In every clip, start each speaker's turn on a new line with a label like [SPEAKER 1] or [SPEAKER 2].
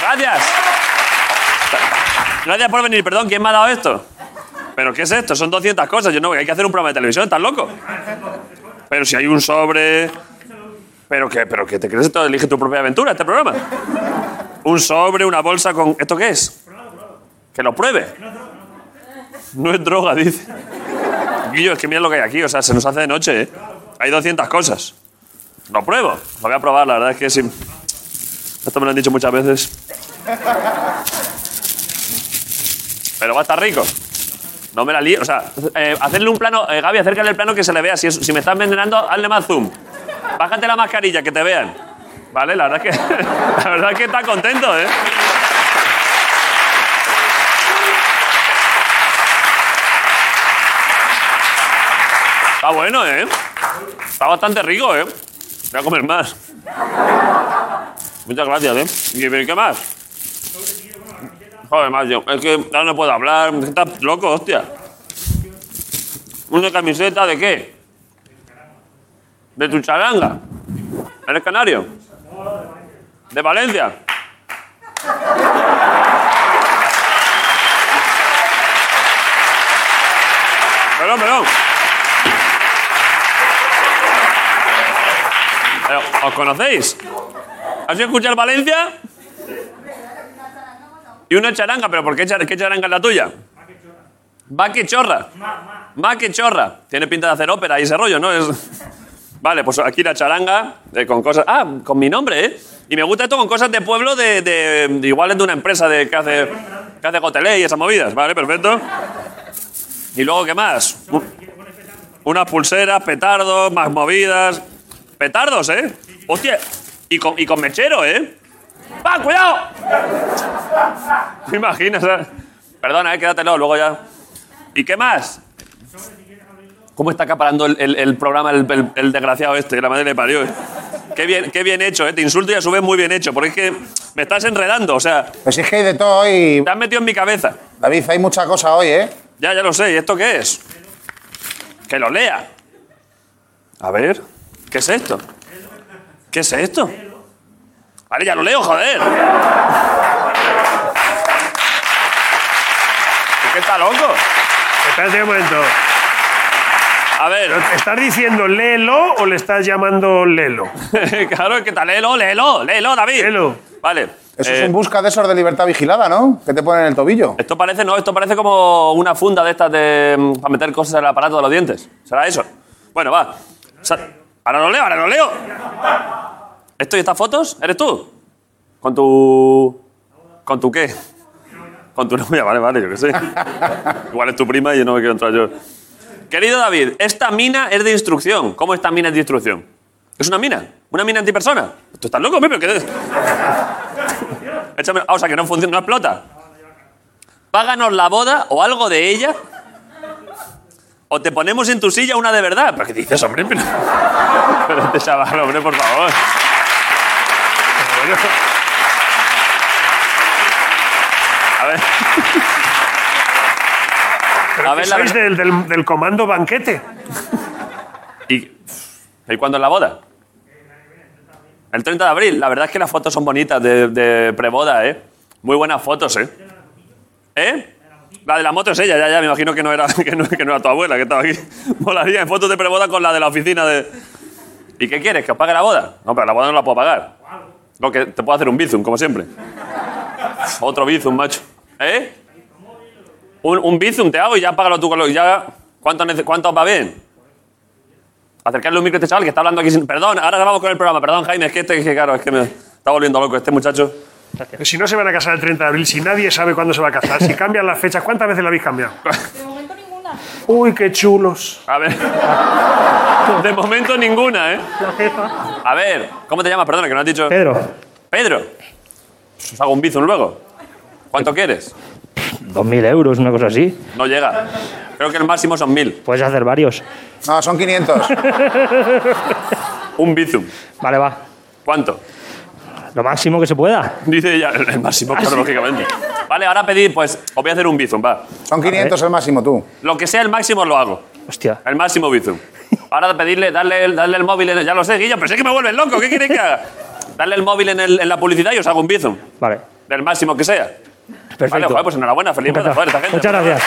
[SPEAKER 1] Gracias. Gracias por venir. Perdón, ¿quién me ha dado esto? ¿Pero qué es esto? Son 200 cosas. Yo no, hay que hacer un programa de televisión, ¿estás loco? Pero si hay un sobre... ¿Pero qué? ¿Pero qué te crees esto? Elige tu propia aventura, este programa. Un sobre, una bolsa con... ¿Esto qué es? Que lo pruebe. No es droga, dice. Guillo, es que mira lo que hay aquí. O sea, se nos hace de noche, ¿eh? Hay 200 cosas. Lo pruebo. Lo voy a probar, la verdad es que sí. Esto me lo han dicho muchas veces. Pero va a estar rico. No me la lío. O sea, eh, hacerle un plano. eh, Gaby, acércale el plano que se le vea. Si, es- si me estás envenenando, hazle más zoom. Bájate la mascarilla, que te vean. Vale, la verdad es que. la verdad es que está contento, ¿eh? Está bueno, ¿eh? Está bastante rico, ¿eh? Voy a comer más. Muchas gracias, ¿eh? ¿Y pero qué más? Joder, macho, es que ahora no puedo hablar. Estás loco, hostia. ¿Una camiseta de qué? ¿De tu charanga? ¿Eres canario? ¿De Valencia? Perdón, perdón. Pero, ¿Os conocéis? ¿Has ido a escuchar Valencia? Y una charanga, pero ¿por qué, char- qué charanga es la tuya? Va que chorra. Va que chorra. Tiene pinta de hacer ópera y ese rollo, ¿no? Es... Vale, pues aquí la charanga eh, con cosas. Ah, con mi nombre, ¿eh? Y me gusta esto con cosas de pueblo, de, de- de- igual es de una empresa de, que hace, que hace gotelé y esas movidas. Vale, perfecto. ¿Y luego qué más? Un- unas pulseras, petardos, más movidas. Petardos, ¿eh? Hostia, y con, y con mechero, ¿eh? ¡Va, cuidado! ¿Te imaginas? eh? Perdona, eh, quédatelo, luego ya. ¿Y qué más? ¿Cómo está acaparando el, el- el programa el, el- el desgraciado este? que La madre le parió. eh? Qué bien, qué bien hecho, eh. Te insulto y a su vez muy bien hecho, porque es que me estás enredando, o sea,
[SPEAKER 2] Pues es que hay de todo hoy.
[SPEAKER 1] te has metido en mi cabeza.
[SPEAKER 2] David, hay mucha cosa hoy, ¿eh?
[SPEAKER 1] Ya, ya lo sé. ¿Y esto qué es? Que lo lea. A ver. ¿Qué es esto? ¿Qué es esto? Vale, ya lo leo, joder. ¿Es que está loco?
[SPEAKER 3] Espérate un momento.
[SPEAKER 1] A ver,
[SPEAKER 3] ¿Estás diciendo lelo o le estás llamando lelo?
[SPEAKER 1] claro, es que está. Léelo, léelo, léelo, David.
[SPEAKER 3] Léelo.
[SPEAKER 1] Vale.
[SPEAKER 2] Eso
[SPEAKER 1] eh,
[SPEAKER 2] es un busca de esos de libertad vigilada, ¿no? Que te ponen en el tobillo.
[SPEAKER 1] Esto parece, no, esto parece como una funda de estas de, mm, para meter cosas en el aparato de los dientes. ¿Será eso? Bueno, va. Sa- ahora lo leo, ahora lo leo. ¿Esto y estas fotos? ¿Eres tú? ¿Con tu. ¿Con tu qué? Con tu novia, vale, vale, yo qué sé. Igual es tu prima y yo no me quiero entrar yo. Querido David, esta mina es de instrucción. ¿Cómo esta mina es de instrucción? ¿Es una mina? ¿Una mina antipersona? ¿Tú estás loco, Pepe? ¿Qué es? Échame- ah, o sea, que no funciona, no explota. Páganos la boda o algo de ella. O te ponemos en tu silla una de verdad. ¿Pero qué dices, hombre? Pero, pero este chaval, hombre, por favor. Pero bueno. A ver. A ver la
[SPEAKER 3] ¿Sois
[SPEAKER 1] verdad.
[SPEAKER 3] del, del- del comando banquete?
[SPEAKER 1] ¿Y, ¿Y cuándo es la boda? El 30 de abril. La verdad es que las fotos son bonitas de, de preboda, ¿eh? Muy buenas fotos, ¿eh? ¿Eh? La de la moto es ella, ya, ya. Me imagino que no era, que no, que no era tu abuela que estaba aquí. Molaría en fotos de preboda con la de la oficina de... ¿Y qué quieres? ¿Que os pague la boda? No, pero la boda no la puedo pagar. Lo que te puedo hacer un bizum, como siempre. Otro bizum, macho. ¿Eh? Un, un bizum te hago y ya págalo tú con lo... Ya... ¿Cuánto, nece- ¿Cuánto va bien? Acercarle un micro a este chaval que está hablando aquí sin... Perdón, ahora vamos con el programa. Perdón, Jaime, es que este, es que, claro, es que me está volviendo loco este muchacho.
[SPEAKER 3] Si no se van a casar el 30 de abril, si nadie sabe cuándo se va a casar, si cambian las fechas, ¿cuántas veces la habéis cambiado?
[SPEAKER 4] De momento ninguna.
[SPEAKER 3] Uy, qué chulos.
[SPEAKER 1] A ver. De momento ninguna, ¿eh?
[SPEAKER 3] La jefa.
[SPEAKER 1] A ver, ¿cómo te llamas? Perdona, que no has dicho...
[SPEAKER 5] Pedro,
[SPEAKER 1] Pedro. Pues Os hago un bizum luego. ¿Cuánto quieres?
[SPEAKER 5] 2.000 euros, una cosa así.
[SPEAKER 1] No llega. Creo que el máximo son mil.
[SPEAKER 5] Puedes hacer varios.
[SPEAKER 2] No, son 500.
[SPEAKER 1] Un bizum.
[SPEAKER 5] Vale, va.
[SPEAKER 1] ¿Cuánto?
[SPEAKER 5] Lo máximo que se pueda.
[SPEAKER 1] Dice ella, el máximo, claro, lógicamente. Vale, ahora pedid, pues, os voy a hacer un bizum, va.
[SPEAKER 2] Son 500 el máximo, tú.
[SPEAKER 1] Lo que sea el máximo lo hago.
[SPEAKER 5] Hostia.
[SPEAKER 1] El máximo Bizum. Ahora pedirle, darle, el- darle el móvil. en el- ya lo sé, Guillo, pero sé que me vuelves loco. ¿Qué quieres que haga? Darle el móvil en, el- en la publicidad y os hago un Bizum.
[SPEAKER 5] Vale.
[SPEAKER 1] Del máximo que sea.
[SPEAKER 5] Perfecto.
[SPEAKER 1] Vale, joder, pues enhorabuena, feliz boda, joder, esta gente.
[SPEAKER 5] Muchas gracias.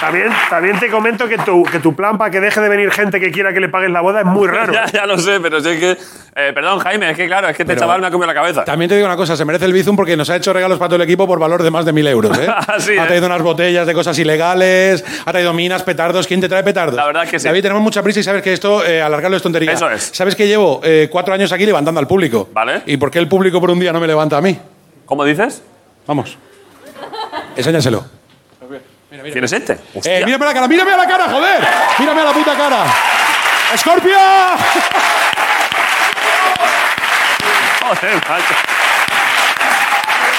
[SPEAKER 3] También, también te comento que tu, que tu plan para que deje de venir gente que quiera que le pagues la boda es muy raro.
[SPEAKER 1] Ya, ya lo sé, pero sí que. eh, perdón, Jaime, es que claro, es que este chaval me ha comido la cabeza.
[SPEAKER 4] También te digo una cosa, se merece el Bizum porque nos ha hecho regalos para todo el equipo por valor de más de mil euros. ¿eh?
[SPEAKER 1] Sí,
[SPEAKER 4] ha
[SPEAKER 1] ¿eh?
[SPEAKER 4] traído unas botellas de cosas ilegales, ha traído minas, petardos. ¿Quién te trae petardos?
[SPEAKER 1] La verdad que sí.
[SPEAKER 4] David, tenemos mucha prisa y sabes que esto, eh, alargarlo es tontería.
[SPEAKER 1] Eso es.
[SPEAKER 4] Sabes que llevo eh, cuatro años aquí levantando al público.
[SPEAKER 1] Vale.
[SPEAKER 4] ¿Y por qué el público por un día no me levanta a mí?
[SPEAKER 1] ¿Cómo dices?
[SPEAKER 4] Vamos. Enséñaselo.
[SPEAKER 1] ¿Quién es este? Hostia.
[SPEAKER 4] Eh, mírame la cara, mírame a la cara, joder. Mírame a la puta cara. ¡Escorpio!
[SPEAKER 1] Joder, macho.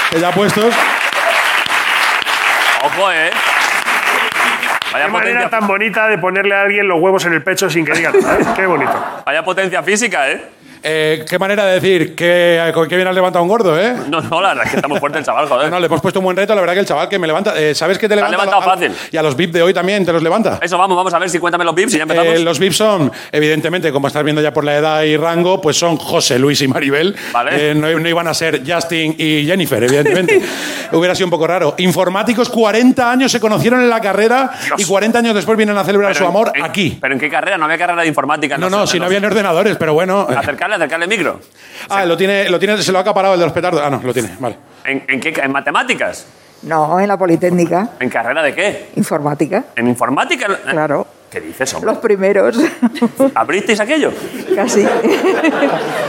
[SPEAKER 4] Que ya puestos.
[SPEAKER 1] Ojo, eh.
[SPEAKER 3] Qué
[SPEAKER 1] Vaya
[SPEAKER 3] manera
[SPEAKER 1] potencia,
[SPEAKER 3] tan bonita de ponerle a alguien los huevos en el pecho sin que diga nada. ¿eh? Qué bonito.
[SPEAKER 1] vaya potencia física, eh.
[SPEAKER 4] Eh, qué manera de decir que, con qué bien has levantado un gordo, ¿eh?
[SPEAKER 1] No, no, la verdad es que está muy fuerte el chaval, joder.
[SPEAKER 4] No, le hemos puesto un buen reto. La verdad que el chaval que me levanta. eh, ¿Sabes que te
[SPEAKER 1] Te han
[SPEAKER 4] levanta?
[SPEAKER 1] levantado
[SPEAKER 4] a lo- a-
[SPEAKER 1] fácil.
[SPEAKER 4] Y a los VIP de hoy también te los levanta.
[SPEAKER 1] Eso, vamos, vamos a ver si cuéntame los pips y ya empezamos.
[SPEAKER 4] Eh, los VIP son, evidentemente, como estás viendo ya por la edad y rango, pues son José, Luis y Maribel.
[SPEAKER 1] Vale.
[SPEAKER 4] Eh, no, no iban a ser Justin y Jennifer, evidentemente. Hubiera sido un poco raro. Informáticos, 40 años se conocieron en la carrera
[SPEAKER 1] Dios.
[SPEAKER 4] y 40 años después vienen a celebrar
[SPEAKER 1] Pero
[SPEAKER 4] su
[SPEAKER 1] en-
[SPEAKER 4] amor
[SPEAKER 1] en-
[SPEAKER 4] aquí.
[SPEAKER 1] ¿Pero en qué carrera? No había carrera de informática. en
[SPEAKER 4] No,
[SPEAKER 1] los-
[SPEAKER 4] no,
[SPEAKER 1] en
[SPEAKER 4] si no
[SPEAKER 1] los-
[SPEAKER 4] habían ordenadores, pero bueno.
[SPEAKER 1] Acercarle, acercarle el micro.
[SPEAKER 4] Ah, lo tiene, lo tiene, se lo ha acaparado el de los petardos. Ah, no, lo tiene, vale.
[SPEAKER 1] ¿En, en qué, ca- ¿En matemáticas?
[SPEAKER 6] No, en la Politécnica,
[SPEAKER 1] ¿En carrera de qué?
[SPEAKER 6] informática,
[SPEAKER 1] ¿En informática? Eh,
[SPEAKER 6] claro.
[SPEAKER 1] ¿Qué dices, hombre?
[SPEAKER 6] Los primeros,
[SPEAKER 1] ¿Abristeis aquello?
[SPEAKER 6] casi.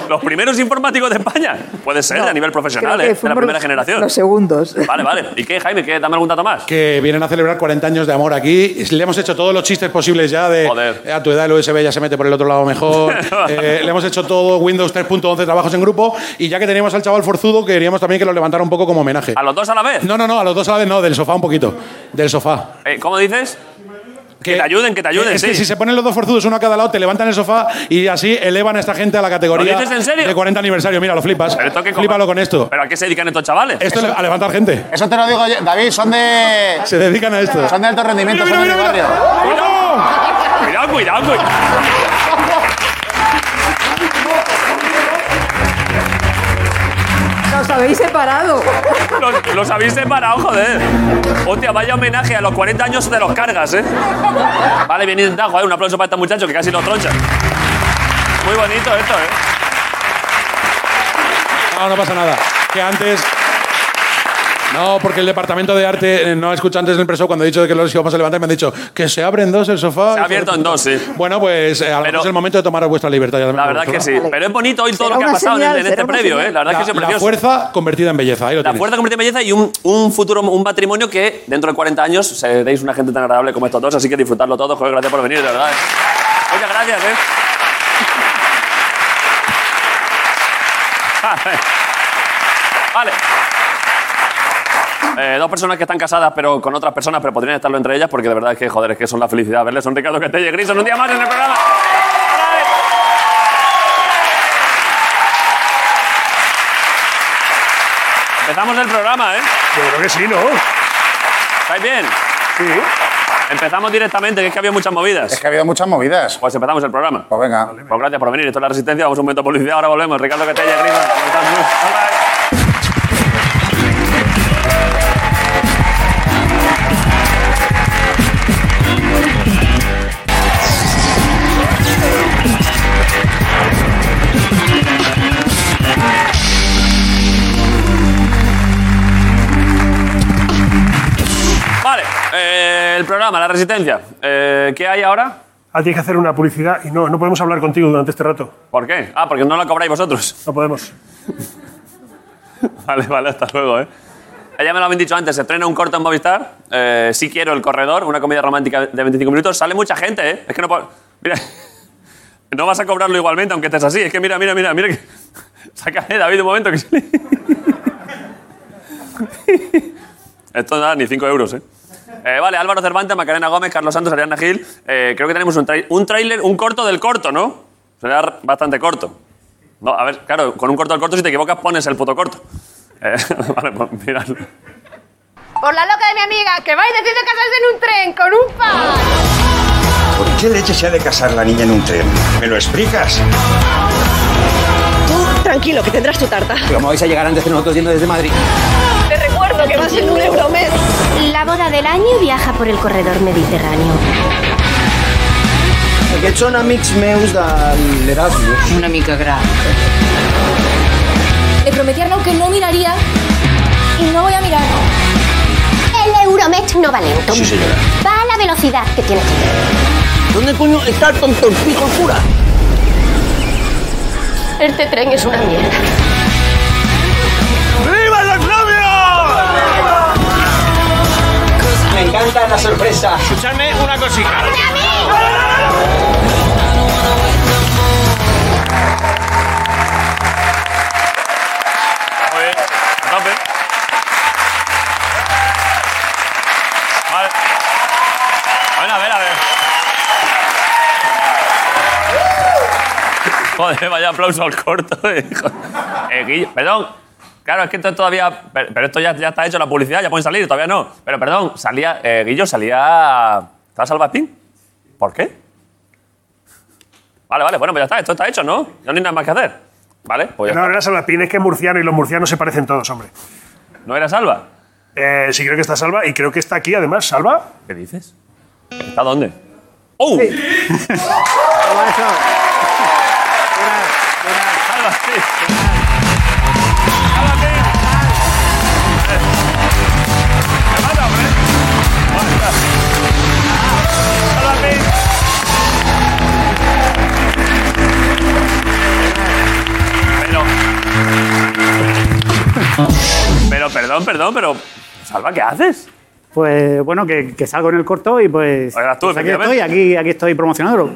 [SPEAKER 1] ¿Los primeros informáticos de España? Puede ser, a nivel profesional,
[SPEAKER 6] Creo que
[SPEAKER 1] ¿eh? De la
[SPEAKER 6] fuimos
[SPEAKER 1] primera
[SPEAKER 6] los-
[SPEAKER 1] generación.
[SPEAKER 6] Los segundos.
[SPEAKER 1] Vale, vale. ¿Y qué, Jaime? ¿Qué, dame algún dato más.
[SPEAKER 4] que vienen a celebrar 40 años de amor aquí. Le hemos hecho todos los chistes posibles ya de
[SPEAKER 1] Joder.
[SPEAKER 4] eh, a tu edad el USB ya se mete por el otro lado mejor. Eh, le hemos hecho todo Windows 3.11 trabajos en grupo y ya que teníamos al chaval forzudo queríamos también que lo levantara un poco como homenaje.
[SPEAKER 1] ¿A los dos a la vez?
[SPEAKER 4] No, no, no, a los dos a la vez no, del sofá un poquito. Del sofá. Eh,
[SPEAKER 1] Eh, ¿Cómo dices? Que te ayuden, que te ayuden,
[SPEAKER 4] Es que
[SPEAKER 1] sí.
[SPEAKER 4] si se ponen los dos forzudos uno a cada lado, te levantan el sofá y así elevan a esta gente a la categoría
[SPEAKER 1] ¿Lo dices en serio?
[SPEAKER 4] de 40 aniversario. Mira, lo flipas.
[SPEAKER 1] Pero esto que-
[SPEAKER 4] Flípalo con esto.
[SPEAKER 1] ¿Pero a qué se dedican estos chavales?
[SPEAKER 4] Esto es a levantar gente.
[SPEAKER 2] Eso te lo digo yo. David, son de.
[SPEAKER 4] Se dedican a esto.
[SPEAKER 2] Son de alto rendimiento, son de mi barrio.
[SPEAKER 1] Cuidado, cuidado, cuidado.
[SPEAKER 6] Nos habéis separado.
[SPEAKER 1] Los, los habéis separado, joder. Hostia, vaya homenaje a los 40 años de los cargas, ¿eh? Vale, bien intentado, joder. Un aplauso para este muchacho que casi lo troncha. Muy bonito esto, ¿eh?
[SPEAKER 4] No, no pasa nada. Que antes. No, porque el departamento de arte eh, no escucha antes el preso cuando he dicho de que los íbamos a levantar me han dicho que se abren dos el sofá.
[SPEAKER 1] Se ha abierto en dos, sí.
[SPEAKER 4] Bueno, pues eh, a lo mejor
[SPEAKER 1] Pero-
[SPEAKER 4] es el momento de tomaros vuestra libertad. ya
[SPEAKER 1] La
[SPEAKER 4] también
[SPEAKER 1] verdad que
[SPEAKER 4] vosotros.
[SPEAKER 1] sí. Pero es bonito hoy todo
[SPEAKER 6] Será
[SPEAKER 1] lo que ha
[SPEAKER 6] una
[SPEAKER 1] pasado en el-
[SPEAKER 6] señal,
[SPEAKER 1] en
[SPEAKER 6] será
[SPEAKER 1] este
[SPEAKER 6] una
[SPEAKER 1] previo,
[SPEAKER 6] señal.
[SPEAKER 1] ¿eh? La verdad
[SPEAKER 4] La,
[SPEAKER 1] es que
[SPEAKER 4] la
[SPEAKER 1] es precioso.
[SPEAKER 4] fuerza convertida en belleza. Ahí lo
[SPEAKER 1] La
[SPEAKER 4] tienes.
[SPEAKER 1] fuerza convertida en belleza y un, un futuro, un matrimonio que dentro de 40 años seréis una gente tan agradable como estos dos, así que disfrutarlo todo. Joder, gracias por venir, de verdad. ¿eh? Muchas gracias, ¿eh? Vale. Eh, dos personas que están casadas pero con otras personas, pero podrían estarlo entre ellas porque de verdad es que, joder, es que son la felicidad verles. Son Ricardo Castella y Gris, son un día más en el programa. ¡Bravo! Empezamos el programa, ¿eh?
[SPEAKER 3] Yo creo que sí, ¿no?
[SPEAKER 1] ¿Estáis bien?
[SPEAKER 3] Sí.
[SPEAKER 1] Empezamos directamente, que es que había muchas
[SPEAKER 2] Es
[SPEAKER 1] movidas.
[SPEAKER 2] que ha habido muchas movidas.
[SPEAKER 1] Pues empezamos el programa.
[SPEAKER 2] Pues venga.
[SPEAKER 1] Pues gracias por venir. Esto es La Resistencia. Vamos a un momento de publicidad. Ahora volvemos. Ricardo Catella, Grima. ¿cómo estás? Hola. Vale, eh, el programa, La Resistencia. Eh, ¿Qué hay ahora?
[SPEAKER 3] Ah, tienes que hacer una publicidad y no, no podemos hablar contigo durante este rato.
[SPEAKER 1] ¿Por qué? Ah, porque no la cobráis vosotros.
[SPEAKER 3] No podemos.
[SPEAKER 1] Vale, vale, hasta luego, ¿eh? Ya me lo habían dicho antes, se estrena un corto en Movistar. Eh, sí quiero El Corredor, una comedia romántica de 25 minutos. Sale mucha gente, ¿eh? Es que no puedo... Mira, no vas a cobrarlo igualmente aunque estés así. Es que mira, mira, mira, mira que... Sácale, David, un momento que se le- Esto nada, ni 5 euros, ¿eh? Eh, Vale, Álvaro Cervantes, Macarena Gómez, Carlos Santos, Ariana Gil. Eh, creo que tenemos un, trai- un tráiler, un corto del corto, ¿no? Será r- bastante corto. No, a ver, claro, con un corto del corto, si te equivocas, pones el puto corto. Eh, vale, pues mirad.
[SPEAKER 7] Por la loca de mi amiga, que vais decidiendo casarse en un tren con un pan.
[SPEAKER 8] ¿Por qué leche se ha de casar la niña en un tren? ¿Me lo explicas?
[SPEAKER 9] Tú, tranquilo, que tendrás tu tarta.
[SPEAKER 10] Como vais a llegar antes que nosotros yendo desde Madrid.
[SPEAKER 9] Te recuerdo que vas en un euro mes.
[SPEAKER 7] La boda del año viaja por el corredor mediterráneo.
[SPEAKER 10] Aquests són amics meus de l'Erasmus.
[SPEAKER 9] Una mica gran.
[SPEAKER 7] Le prometí a Arnau que no miraría y no voy a mirar. El Euromex no va lento.
[SPEAKER 8] Sí, señora.
[SPEAKER 7] Va a la velocidad que tiene que ir.
[SPEAKER 10] ¿Dónde coño está el tontorpico cura?
[SPEAKER 7] Este tren es una mierda.
[SPEAKER 10] Me encanta la sorpresa.
[SPEAKER 1] Muy bien, a tope. Vale. Bueno, a ver, a ver. Joder, vaya aplauso al corto. eh, hijo. Eh, Guille, perdón. Claro, es que esto todavía. per- Pero esto ya, ya está hecho la publicidad, ya pueden salir, todavía no. Pero perdón, salía. eh, Guillo, salía. ¿Estaba Salvatín? ¿Por qué? Vale, vale, bueno, pues ya está, esto está hecho, ¿no? No hay nada más que hacer. Vale, pues ya
[SPEAKER 3] No,
[SPEAKER 1] está.
[SPEAKER 3] no era Salapín, es que es murciano y los murcianos se parecen todos, hombre.
[SPEAKER 1] ¿No era Salva?
[SPEAKER 3] Eh, sí, creo que está Salva y creo que está aquí además. ¿Salva?
[SPEAKER 1] ¿Qué dices? ¿Está dónde? ¡Oh! Salva, sí. Salva, sí. Me mata, hombre. Bueno, está. Salva, sí. Pero... Pero, perdón, perdón, pero... Salva, ¿qué haces?
[SPEAKER 11] Pues bueno, que, que salgo en el corto y pues.
[SPEAKER 1] Ahora eras tú,
[SPEAKER 11] pues aquí estoy,
[SPEAKER 1] efectivamente.
[SPEAKER 11] aquí, aquí estoy promocionándolo.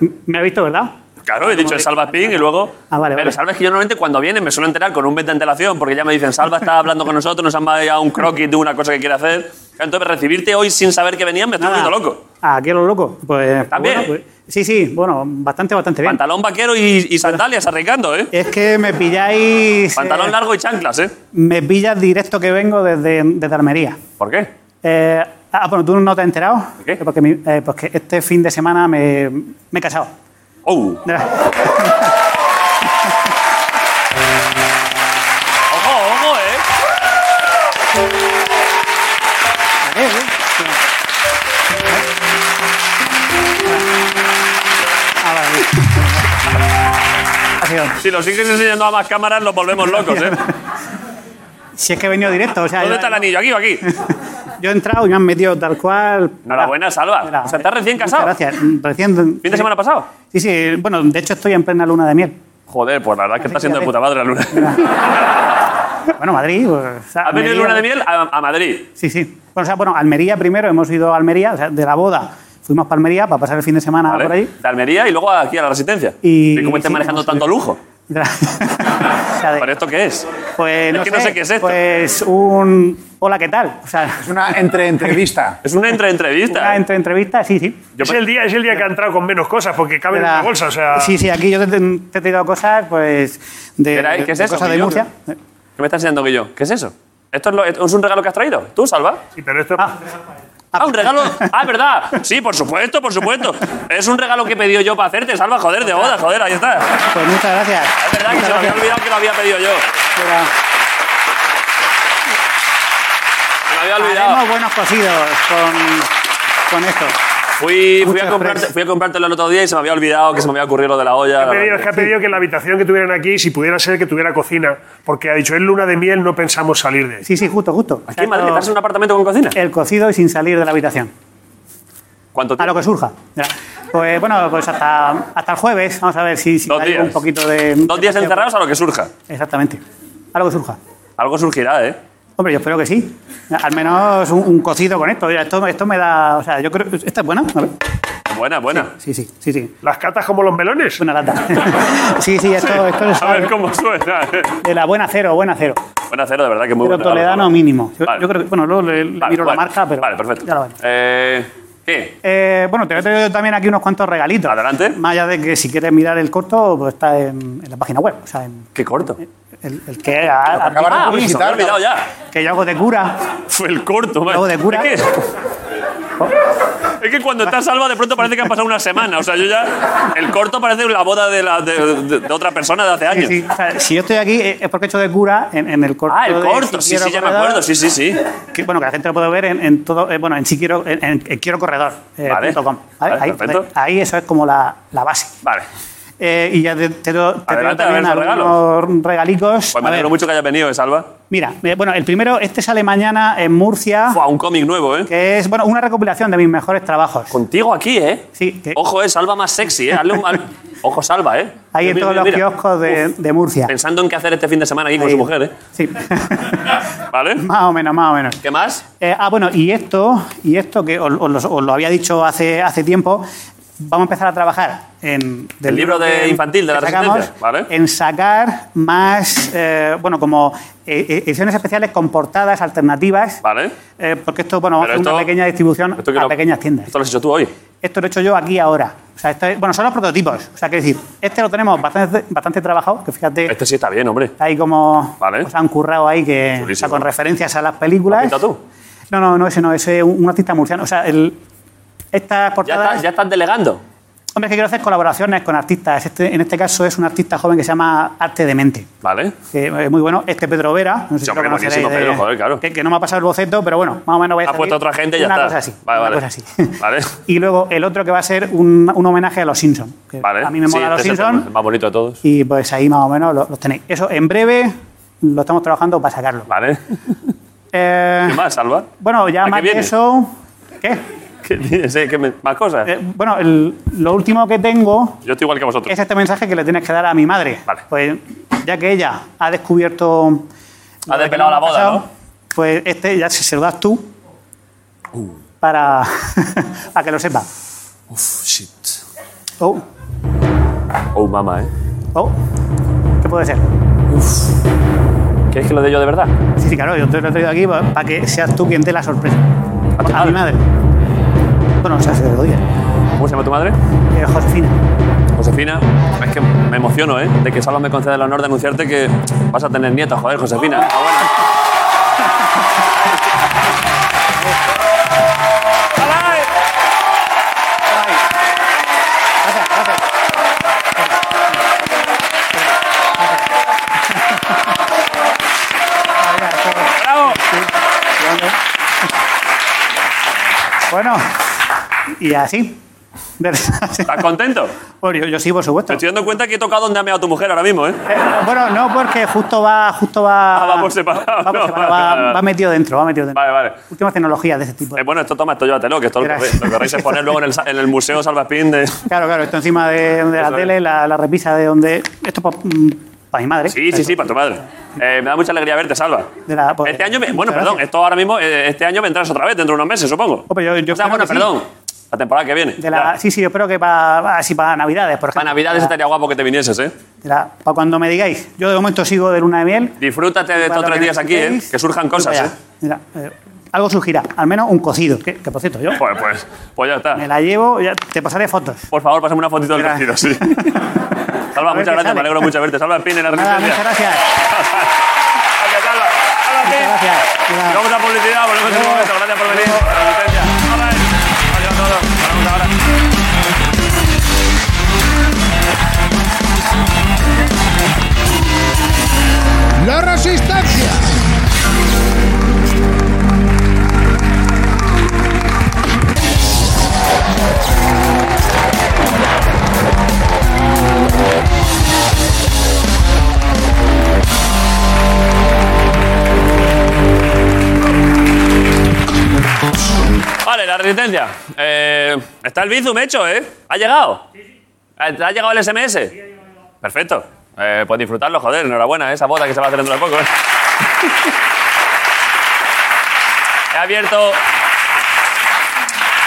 [SPEAKER 11] M- Me ha visto, ¿verdad?
[SPEAKER 1] Claro, he dicho el Salva Ping y luego.
[SPEAKER 11] Ah, vale,
[SPEAKER 1] Pero
[SPEAKER 11] vale.
[SPEAKER 1] Salva es que yo normalmente cuando viene me suelo enterar con un mes de antelación porque ya me dicen, Salva está hablando con nosotros, nos han mandado un croquis de una cosa que quiere hacer. Entonces, recibirte hoy sin saber que venías me estoy volviendo loco.
[SPEAKER 11] Ah, Aquí a lo loco. Pues.
[SPEAKER 1] También.
[SPEAKER 11] bueno, pues- sí, sí, bueno, bastante, bastante bien.
[SPEAKER 1] Pantalón vaquero y, y sandalias arriesgando, ¿eh?
[SPEAKER 11] Es que me pilláis.
[SPEAKER 1] Pantalón
[SPEAKER 11] eh,
[SPEAKER 1] largo y chanclas, ¿eh?
[SPEAKER 11] Me pillas directo que vengo desde, desde Almería.
[SPEAKER 1] ¿Por qué?
[SPEAKER 11] Eh, ah, bueno, ¿tú no te has enterado?
[SPEAKER 1] ¿Por qué?
[SPEAKER 11] Porque, mi- eh, pues que este fin de semana me, me he casado.
[SPEAKER 1] ¡Oh! ¡Ojo, ojo, eh!
[SPEAKER 11] Ah, vale. Ha sido-
[SPEAKER 1] Si lo sigues enseñando a más cámaras, los volvemos locos, ¿eh?
[SPEAKER 11] Si es que he venido directo, o sea,
[SPEAKER 1] ¿Dónde
[SPEAKER 11] yo-
[SPEAKER 1] está el anillo? ¿Aquí o aquí?
[SPEAKER 11] yo he entrado y me han metido tal cual.
[SPEAKER 1] Enhorabuena, Salva.
[SPEAKER 11] Mira, eh,
[SPEAKER 1] O sea, estás recién
[SPEAKER 11] muchas
[SPEAKER 1] casado. Fin
[SPEAKER 11] Gracias. Mm, Recién.
[SPEAKER 1] de semana pasado.
[SPEAKER 11] Sí, sí. Bueno, de hecho estoy en plena luna de miel.
[SPEAKER 1] Joder, pues la verdad es que está siendo de
[SPEAKER 11] Fíjate.
[SPEAKER 1] puta madre la luna.
[SPEAKER 11] Bueno, Madrid. Pues, o sea,
[SPEAKER 1] ¿Has venido
[SPEAKER 11] Almería-
[SPEAKER 1] luna de miel a, a Madrid?
[SPEAKER 11] Sí, sí. Bueno, o sea, bueno, Almería primero, hemos ido a Almería, o sea, de la boda fuimos para Almería para pasar el fin de semana
[SPEAKER 1] ¿vale?
[SPEAKER 11] Ah, por allí.
[SPEAKER 1] De Almería y luego aquí a la Resistencia.
[SPEAKER 11] Y-
[SPEAKER 1] cómo estás
[SPEAKER 11] sí,
[SPEAKER 1] manejando
[SPEAKER 11] vamos a ver.
[SPEAKER 1] tanto lujo?
[SPEAKER 11] De la- o sea, de-
[SPEAKER 1] ¿Para esto qué es?
[SPEAKER 11] pues,
[SPEAKER 1] es que no sé qué es esto.
[SPEAKER 11] Pues un. Hola, ¿qué tal? O sea,
[SPEAKER 2] Es una entre-entrevista.
[SPEAKER 1] Es una entre-entrevista.
[SPEAKER 11] una entre entrevista, sí, sí.
[SPEAKER 1] Yo
[SPEAKER 3] es,
[SPEAKER 1] me-
[SPEAKER 3] el día, es el día que ha entrado con menos cosas porque cabe en
[SPEAKER 11] De la-
[SPEAKER 3] la bolsa, o sea.
[SPEAKER 11] Sí, sí, aquí yo te, te he tirado cosas, pues. De,
[SPEAKER 1] Espera, ¿qué es
[SPEAKER 11] de
[SPEAKER 1] eso,
[SPEAKER 11] Cosas de
[SPEAKER 1] Guillo?
[SPEAKER 11] Murcia.
[SPEAKER 1] ¿Qué me está enseñando Guillo? ¿Qué es eso? ¿Esto es, lo- es un regalo que has traído? ¿Tú, Salva?
[SPEAKER 3] Sí, pero esto.
[SPEAKER 11] Ah,
[SPEAKER 1] Ah, un regalo. Ah, es verdad. Sí, por supuesto, por supuesto. Es un regalo que he pedido yo para hacerte, Salva, joder, de boda, joder, ahí está.
[SPEAKER 11] pues muchas gracias.
[SPEAKER 1] Es verdad que
[SPEAKER 11] Muchas
[SPEAKER 1] se me había
[SPEAKER 11] gracias.
[SPEAKER 1] olvidado que lo había pedido yo.
[SPEAKER 11] Pero
[SPEAKER 1] Se me había olvidado.
[SPEAKER 11] haremos buenos cocidos con, con esto.
[SPEAKER 1] Fui, fui, a
[SPEAKER 11] Mucho
[SPEAKER 1] comprarte,
[SPEAKER 11] express.
[SPEAKER 1] fui a comprártelo el otro día y se me había olvidado que se me había ocurrido lo de la olla.
[SPEAKER 3] Ha
[SPEAKER 1] la
[SPEAKER 3] pedido, es
[SPEAKER 1] verdad.
[SPEAKER 3] que ha pedido que la habitación que tuvieran aquí, si pudiera ser que tuviera cocina, porque ha dicho, es luna de miel, no pensamos salir de ahí.
[SPEAKER 11] Sí, sí, justo, justo.
[SPEAKER 1] Aquí en Madrid, ¿estás en un apartamento con cocina?
[SPEAKER 11] El cocido y sin salir de la habitación.
[SPEAKER 1] ¿Cuánto
[SPEAKER 11] A lo
[SPEAKER 1] tiempo?
[SPEAKER 11] que surja. Mira, Pues bueno, pues hasta, hasta el jueves. Vamos a ver si, si
[SPEAKER 1] Dos
[SPEAKER 11] caigo
[SPEAKER 1] días.
[SPEAKER 11] un poquito de.
[SPEAKER 1] Dos días encerrados a lo que surja.
[SPEAKER 11] Exactamente. A lo que surja.
[SPEAKER 1] Algo surgirá, ¿eh?
[SPEAKER 11] Hombre, yo espero que sí. Al menos un, un cocido con esto. Mira, esto. Esto me da. O sea, yo creo. ¿Esta es buena? A ver.
[SPEAKER 1] Buena, buena.
[SPEAKER 11] Sí, sí, sí, sí.
[SPEAKER 3] ¿Las catas como los melones?
[SPEAKER 11] Una lata. sí, sí, esto, esto es
[SPEAKER 1] A ver cómo suena.
[SPEAKER 11] de la buena cero, buena cero.
[SPEAKER 1] Buena cero, de verdad que muy
[SPEAKER 11] Pero
[SPEAKER 1] buena.
[SPEAKER 11] toledano mínimo. Yo,
[SPEAKER 1] Vale.
[SPEAKER 11] yo creo que, bueno, luego le, le
[SPEAKER 1] Vale,
[SPEAKER 11] miro
[SPEAKER 1] vale.
[SPEAKER 11] la marca, pero.
[SPEAKER 1] Vale, perfecto.
[SPEAKER 11] Ya lo vemos.
[SPEAKER 1] Eh, ¿Qué?
[SPEAKER 11] Eh, bueno, te voy a traer yo también aquí unos cuantos regalitos.
[SPEAKER 1] Adelante.
[SPEAKER 11] Más allá de que si quieres mirar el corto, pues está en, en la página web. O sea, en-
[SPEAKER 1] ¿Qué corto?
[SPEAKER 11] el, el que a- a-
[SPEAKER 2] acaban
[SPEAKER 11] ah,
[SPEAKER 2] de
[SPEAKER 1] Se me ha
[SPEAKER 2] publicitar.
[SPEAKER 1] olvidado ya.
[SPEAKER 11] que yo hago de cura.
[SPEAKER 1] Fue el corto, man.
[SPEAKER 11] Luego de cura.
[SPEAKER 1] Pues, Es que, es que cuando estás salva, de pronto parece que han pasado una semana. O sea, yo ya. El corto parece la boda de, la- de- de- de otra persona de hace
[SPEAKER 11] Sí,
[SPEAKER 1] años.
[SPEAKER 11] sí, o sea, si yo estoy aquí eh, es porque he hecho de cura en, en el corto.
[SPEAKER 1] Ah, el
[SPEAKER 11] de
[SPEAKER 1] corto.
[SPEAKER 11] Si
[SPEAKER 1] Sí,
[SPEAKER 11] Quiero
[SPEAKER 1] sí, ya me
[SPEAKER 11] Corredor,
[SPEAKER 1] acuerdo. Sí, sí, sí.
[SPEAKER 11] Que, bueno, que la gente lo puede ver en, en todo, eh, bueno, en si quiero, en, en- en quiero corredor. eh,
[SPEAKER 1] Vale.
[SPEAKER 11] punto com,
[SPEAKER 1] Vale,
[SPEAKER 11] ahí, eh,
[SPEAKER 1] perfecto.
[SPEAKER 11] ahí eso es como la, la base.
[SPEAKER 1] Vale.
[SPEAKER 11] Eh, y ya te, te, do- te doy
[SPEAKER 1] Adelante, a ver
[SPEAKER 11] también
[SPEAKER 1] los
[SPEAKER 11] algunos regalicos.
[SPEAKER 1] Pues me
[SPEAKER 11] A ver,
[SPEAKER 1] alegro mucho que hayas venido, eh, Salva.
[SPEAKER 11] mira, eh, bueno, el primero, este sale mañana en Murcia,
[SPEAKER 1] Fua, un cómic nuevo, ¿eh?
[SPEAKER 11] que es bueno, una recopilación de mis mejores trabajos.
[SPEAKER 1] Contigo aquí, ¿eh?
[SPEAKER 11] Sí, que-
[SPEAKER 1] Ojo, eh, Salva más sexy, ¿eh? Hazle un- hazle- Ojo, Salva, ¿eh?
[SPEAKER 11] Ahí en
[SPEAKER 1] Mira,
[SPEAKER 11] todos
[SPEAKER 1] mira,
[SPEAKER 11] los
[SPEAKER 1] mira.
[SPEAKER 11] kioscos de,
[SPEAKER 1] Uf,
[SPEAKER 11] de Murcia.
[SPEAKER 1] Pensando en qué hacer este fin de semana aquí con
[SPEAKER 11] Ahí.
[SPEAKER 1] su mujer, ¿eh?
[SPEAKER 11] Sí.
[SPEAKER 1] ¿Vale?
[SPEAKER 11] más o menos, más o menos.
[SPEAKER 1] ¿Qué más?
[SPEAKER 11] Eh, ah, bueno, y esto, y esto que os, os lo- os lo había dicho hace, hace tiempo, vamos a empezar a trabajar en
[SPEAKER 1] El libro de infantil de la
[SPEAKER 11] que
[SPEAKER 1] Resistencia, ¿vale?
[SPEAKER 11] en sacar más, eh, bueno, como eh, eh, ediciones especiales con portadas alternativas.
[SPEAKER 1] Vale.
[SPEAKER 11] eh, porque esto, bueno, vamos a
[SPEAKER 1] Pero
[SPEAKER 11] hacer una
[SPEAKER 1] esto-
[SPEAKER 11] pequeña distribución
[SPEAKER 1] esto que
[SPEAKER 11] a
[SPEAKER 1] lo-
[SPEAKER 11] pequeñas tiendas.
[SPEAKER 1] Esto lo has hecho tú hoy.
[SPEAKER 11] Esto lo he hecho yo aquí ahora. O sea, esto es- bueno, son los prototipos. O sea, quiero decir, este lo tenemos bastante, bastante trabajado, que fíjate,
[SPEAKER 1] Este sí está bien, hombre.
[SPEAKER 11] hay como
[SPEAKER 1] Vale.
[SPEAKER 11] os han currado ahí que o sea,
[SPEAKER 1] Chulísimo.
[SPEAKER 11] con referencias a las películas.
[SPEAKER 1] ¿Lo has pintado tú?
[SPEAKER 11] No, no, no, ese no, ese es un un artista murciano. O sea, el, estas
[SPEAKER 1] Ya
[SPEAKER 11] portadas.
[SPEAKER 1] estás, ya estás delegando.
[SPEAKER 11] Hombre, es que quiero hacer colaboraciones con artistas. Este, en este caso es un artista joven que se llama Arte Demente.
[SPEAKER 1] Vale.
[SPEAKER 11] Que es muy bueno. Este Pedro Vera. No sé
[SPEAKER 1] Sí,
[SPEAKER 11] si lo
[SPEAKER 1] hombre,
[SPEAKER 11] conoceréis.
[SPEAKER 1] buenísimo, Pedro, joder, claro.
[SPEAKER 11] Que, que no me ha pasado el boceto, pero bueno, más o menos voy a
[SPEAKER 1] Ha puesto otra gente y ya
[SPEAKER 11] una
[SPEAKER 1] está.
[SPEAKER 11] Cosa así,
[SPEAKER 1] Vale,
[SPEAKER 11] una
[SPEAKER 1] vale.
[SPEAKER 11] cosa así.
[SPEAKER 1] Vale.
[SPEAKER 11] Y luego el otro que va a ser un, un homenaje a los Simpsons.
[SPEAKER 1] Vale.
[SPEAKER 11] A mí me
[SPEAKER 1] Sí,
[SPEAKER 11] mola los
[SPEAKER 1] este es el
[SPEAKER 11] Simpsons.
[SPEAKER 1] más bonito de todos.
[SPEAKER 11] Y pues ahí más o menos lo- los tenéis. Eso en breve lo estamos trabajando para sacarlo.
[SPEAKER 1] Vale.
[SPEAKER 11] Eh,
[SPEAKER 1] ¿Qué más, Salva?
[SPEAKER 11] bueno,
[SPEAKER 1] ¿A
[SPEAKER 11] ya
[SPEAKER 1] qué
[SPEAKER 11] más que
[SPEAKER 1] viene?
[SPEAKER 11] eso. ¿Qué?
[SPEAKER 1] ¿Qué dices, eh? ¿Qué me- ¿Más cosas?
[SPEAKER 11] Eh, bueno, el- lo último que tengo
[SPEAKER 1] Yo estoy igual que vosotros.
[SPEAKER 11] es este mensaje que le tienes que dar a mi madre.
[SPEAKER 1] Vale.
[SPEAKER 11] Pues ya que ella ha descubierto.
[SPEAKER 1] Ha
[SPEAKER 11] lo que
[SPEAKER 1] desvelado
[SPEAKER 11] nos
[SPEAKER 1] la boda,
[SPEAKER 11] pasado,
[SPEAKER 1] ¿no?
[SPEAKER 11] Pues este ya se, se lo das tú.
[SPEAKER 1] Uh.
[SPEAKER 11] Para, para que lo sepa.
[SPEAKER 1] Shit.
[SPEAKER 11] Oh,
[SPEAKER 1] Oh, mamá, ¿eh?
[SPEAKER 11] oh. ¿Qué puede ser?
[SPEAKER 1] ¿Quieres que lo dé yo de verdad?
[SPEAKER 11] Sí, sí, claro, yo te lo he traído aquí para para que seas tú quien dé la sorpresa.
[SPEAKER 1] ¿A tu
[SPEAKER 11] A mi madre. Bueno, o sea, se lo doy. eh,
[SPEAKER 1] ¿Cómo se llama tu madre?
[SPEAKER 11] Josefina.
[SPEAKER 1] Josefina, es que me emociono, ¿eh? De que Salva me conceda el honor de anunciarte que vas a tener nieta, joder, Josefina. Enhorabuena. ¡Alay! ¡Bravo!
[SPEAKER 11] Bueno, y así.
[SPEAKER 1] ¿Estás contento?
[SPEAKER 11] Bueno, yo, yo sí, por supuesto.
[SPEAKER 1] Me estoy dando cuenta que he tocado donde ha meado tu mujer ahora mismo, ¿eh?
[SPEAKER 11] Eh, bueno, no, porque justo va. Justo va
[SPEAKER 1] Ah, va por separado,
[SPEAKER 11] Va, por
[SPEAKER 1] no,
[SPEAKER 11] separado,
[SPEAKER 1] vale,
[SPEAKER 11] va-
[SPEAKER 1] vale, vale.
[SPEAKER 11] va metido dentro, va metido dentro.
[SPEAKER 1] Vale, vale.
[SPEAKER 11] Últimas tecnologías de ese tipo.
[SPEAKER 1] Eh, bueno, esto toma, esto llévatelo, que esto lo
[SPEAKER 11] Gracias.
[SPEAKER 1] querréis- lo querréis exponer luego en el, sa- en el Museo Salva Spin de...
[SPEAKER 11] Claro, claro, esto encima de, de la
[SPEAKER 1] Eso es.
[SPEAKER 11] tele, la, la repisa de donde. Esto para mi madre.
[SPEAKER 1] Sí, sí, sí, para tu madre. Eh, me da mucha alegría verte, Salva.
[SPEAKER 11] De la- pues,
[SPEAKER 1] este año, me- bueno,
[SPEAKER 11] muchas
[SPEAKER 1] perdón,
[SPEAKER 11] gracias.
[SPEAKER 1] esto ahora mismo, eh, este año vendrás otra vez, dentro de unos meses, supongo.
[SPEAKER 11] Hombre, Oh, yo- yo
[SPEAKER 1] o sea,
[SPEAKER 11] espero
[SPEAKER 1] bueno,
[SPEAKER 11] que sí.
[SPEAKER 1] perdón, la temporada que viene.
[SPEAKER 11] De la-
[SPEAKER 1] Ya.
[SPEAKER 11] sí, sí, yo espero que para, así para Navidades, por ejemplo.
[SPEAKER 1] Para Navidades estaría guapo que te vinieses, ¿eh?
[SPEAKER 11] para cuando me digáis. Yo de momento sigo de luna de miel.
[SPEAKER 1] Disfrútate de estos
[SPEAKER 11] Para lo
[SPEAKER 1] tres
[SPEAKER 11] que
[SPEAKER 1] días aquí, ¿eh?
[SPEAKER 11] necesitéis, pues
[SPEAKER 1] Que surjan
[SPEAKER 11] voy
[SPEAKER 1] cosas,
[SPEAKER 11] para
[SPEAKER 1] ¿eh?
[SPEAKER 11] allá. Mira, eh, algo surgirá, al menos un cocido, que, que por cierto, yo
[SPEAKER 1] Pues, pues, pues ya
[SPEAKER 11] me
[SPEAKER 1] está.
[SPEAKER 11] la llevo, ya te pasaré fotos.
[SPEAKER 1] Por favor, pásame una fotito del
[SPEAKER 11] Mira.
[SPEAKER 1] vestido, sí. Salva,
[SPEAKER 11] A ver qué
[SPEAKER 1] muchas gracias,
[SPEAKER 11] sale.
[SPEAKER 1] me alegro mucho de verte. Salva Spin en la
[SPEAKER 11] Nada,
[SPEAKER 1] resistencia.
[SPEAKER 11] muchas gracias.
[SPEAKER 1] Gracias, Salva. Salva Spin.
[SPEAKER 11] Muchas gracias. Mira.
[SPEAKER 1] Vamos a publicidad, volvemos en un momento. Gracias por venir. La Resistencia. Bye, bye. Adiós a todos. Nos vemos ahora.
[SPEAKER 12] La resistencia.
[SPEAKER 1] Vale, la resistencia. Eh, está el Bizum hecho, ¿eh? ¿Ha llegado? Eh, ¿Te ha llegado el SMS? Perfecto. Eh, pues disfrutarlo, joder. Enhorabuena, ¿eh? esa boda que se va a hacer dentro de poco. ¿eh? He abierto.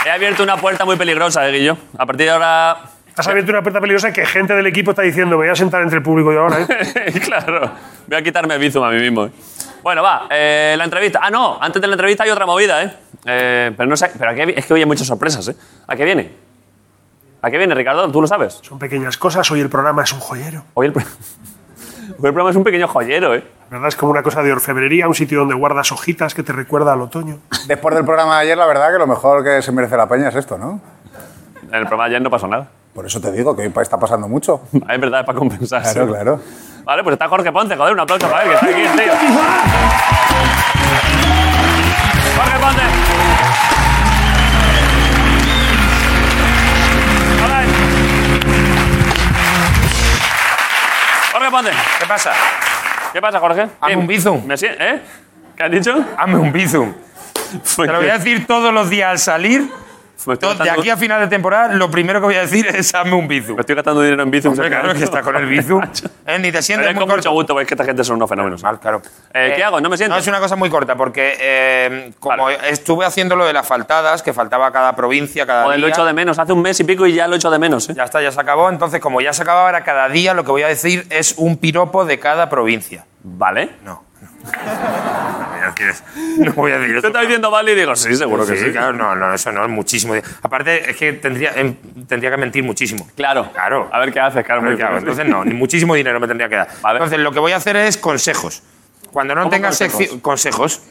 [SPEAKER 1] He abierto una puerta muy peligrosa, ¿eh, Guillo. A partir de ahora.
[SPEAKER 3] Has abierto una puerta peligrosa que gente del equipo está diciendo, voy a sentar entre el público yo ahora. ¿eh?
[SPEAKER 1] claro. Voy a quitarme el Bizum a mí mismo. ¿eh? Bueno, va. eh, la entrevista. Ah, no. Antes de la entrevista hay otra movida, ¿eh? Eh, pero no sé. Pero a qué vi- es que hoy hay muchas sorpresas, ¿eh? ¿A qué viene? ¿A qué viene, Ricardo? ¿Tú lo sabes?
[SPEAKER 3] Son pequeñas cosas, hoy el programa es un joyero.
[SPEAKER 1] Hoy el, pro- Pues el programa es un pequeño joyero, ¿eh?
[SPEAKER 3] La verdad es como una cosa de orfebrería, un sitio donde guardas hojitas que te recuerda al otoño.
[SPEAKER 2] Después del programa de ayer, la verdad que lo mejor que se merece la peña es esto, ¿no?
[SPEAKER 1] En el programa de ayer no pasó nada.
[SPEAKER 2] Por eso te digo que hoy pa- está pasando mucho.
[SPEAKER 1] Ah, Es verdad, es para compensar.
[SPEAKER 2] Claro,
[SPEAKER 1] sí.
[SPEAKER 2] claro.
[SPEAKER 1] Vale, pues está Jorge Ponce, joder, un aplauso para él, que está aquí, tío. Jorge Ponce. Hola. Jorge Ponce. ¿Qué pasa? ¿Qué pasa, Jorge?
[SPEAKER 13] Hazme un bizum. Ah,
[SPEAKER 1] ¿Me sie- ¿Eh? ¿Qué has dicho?
[SPEAKER 13] Hazme un bizum. Te lo voy a decir todos los días al salir. To- De
[SPEAKER 1] gastando-
[SPEAKER 13] aquí a final de temporada, lo primero que voy a decir es hazme un bizum. Me
[SPEAKER 1] estoy gastando dinero en bizum.
[SPEAKER 13] Hombre, claro, es que está con el bizum. Eh, ni te sientes
[SPEAKER 1] Es
[SPEAKER 13] muy
[SPEAKER 1] con mucho gusto, veis que esta gente son unos fenómenos.
[SPEAKER 13] Mal, claro.
[SPEAKER 1] Eh, ¿Qué hago? No me siento.
[SPEAKER 13] No, es una cosa muy corta, porque eh, como estuve haciendo lo de las faltadas, que faltaba cada provincia, cada
[SPEAKER 1] Joder,
[SPEAKER 13] día.
[SPEAKER 1] lo echo de menos. Hace un mes y pico y ya lo echo de menos. ¿eh?
[SPEAKER 13] Ya está, ya se acabó. Entonces, como ya se acababa, ahora cada día lo que voy a decir es un piropo de cada provincia.
[SPEAKER 1] ¿Vale?
[SPEAKER 13] No. No, voy a decir eso. no voy a decir eso.
[SPEAKER 1] estás diciendo vale y digo, sí, seguro que sí.
[SPEAKER 13] claro, no, no, eso no, muchísimo. Aparte, es que tendría, em, tendría que mentir muchísimo.
[SPEAKER 1] Claro.
[SPEAKER 13] Claro.
[SPEAKER 1] A ver qué haces, claro.
[SPEAKER 13] A ver
[SPEAKER 1] muy
[SPEAKER 13] qué hago.
[SPEAKER 1] bien.
[SPEAKER 13] Entonces, no, ni muchísimo dinero me tendría que dar. Entonces, lo que voy a hacer es consejos. Cuando no
[SPEAKER 1] ¿Cómo
[SPEAKER 13] tengas
[SPEAKER 1] consejos?
[SPEAKER 13] secci- consejos.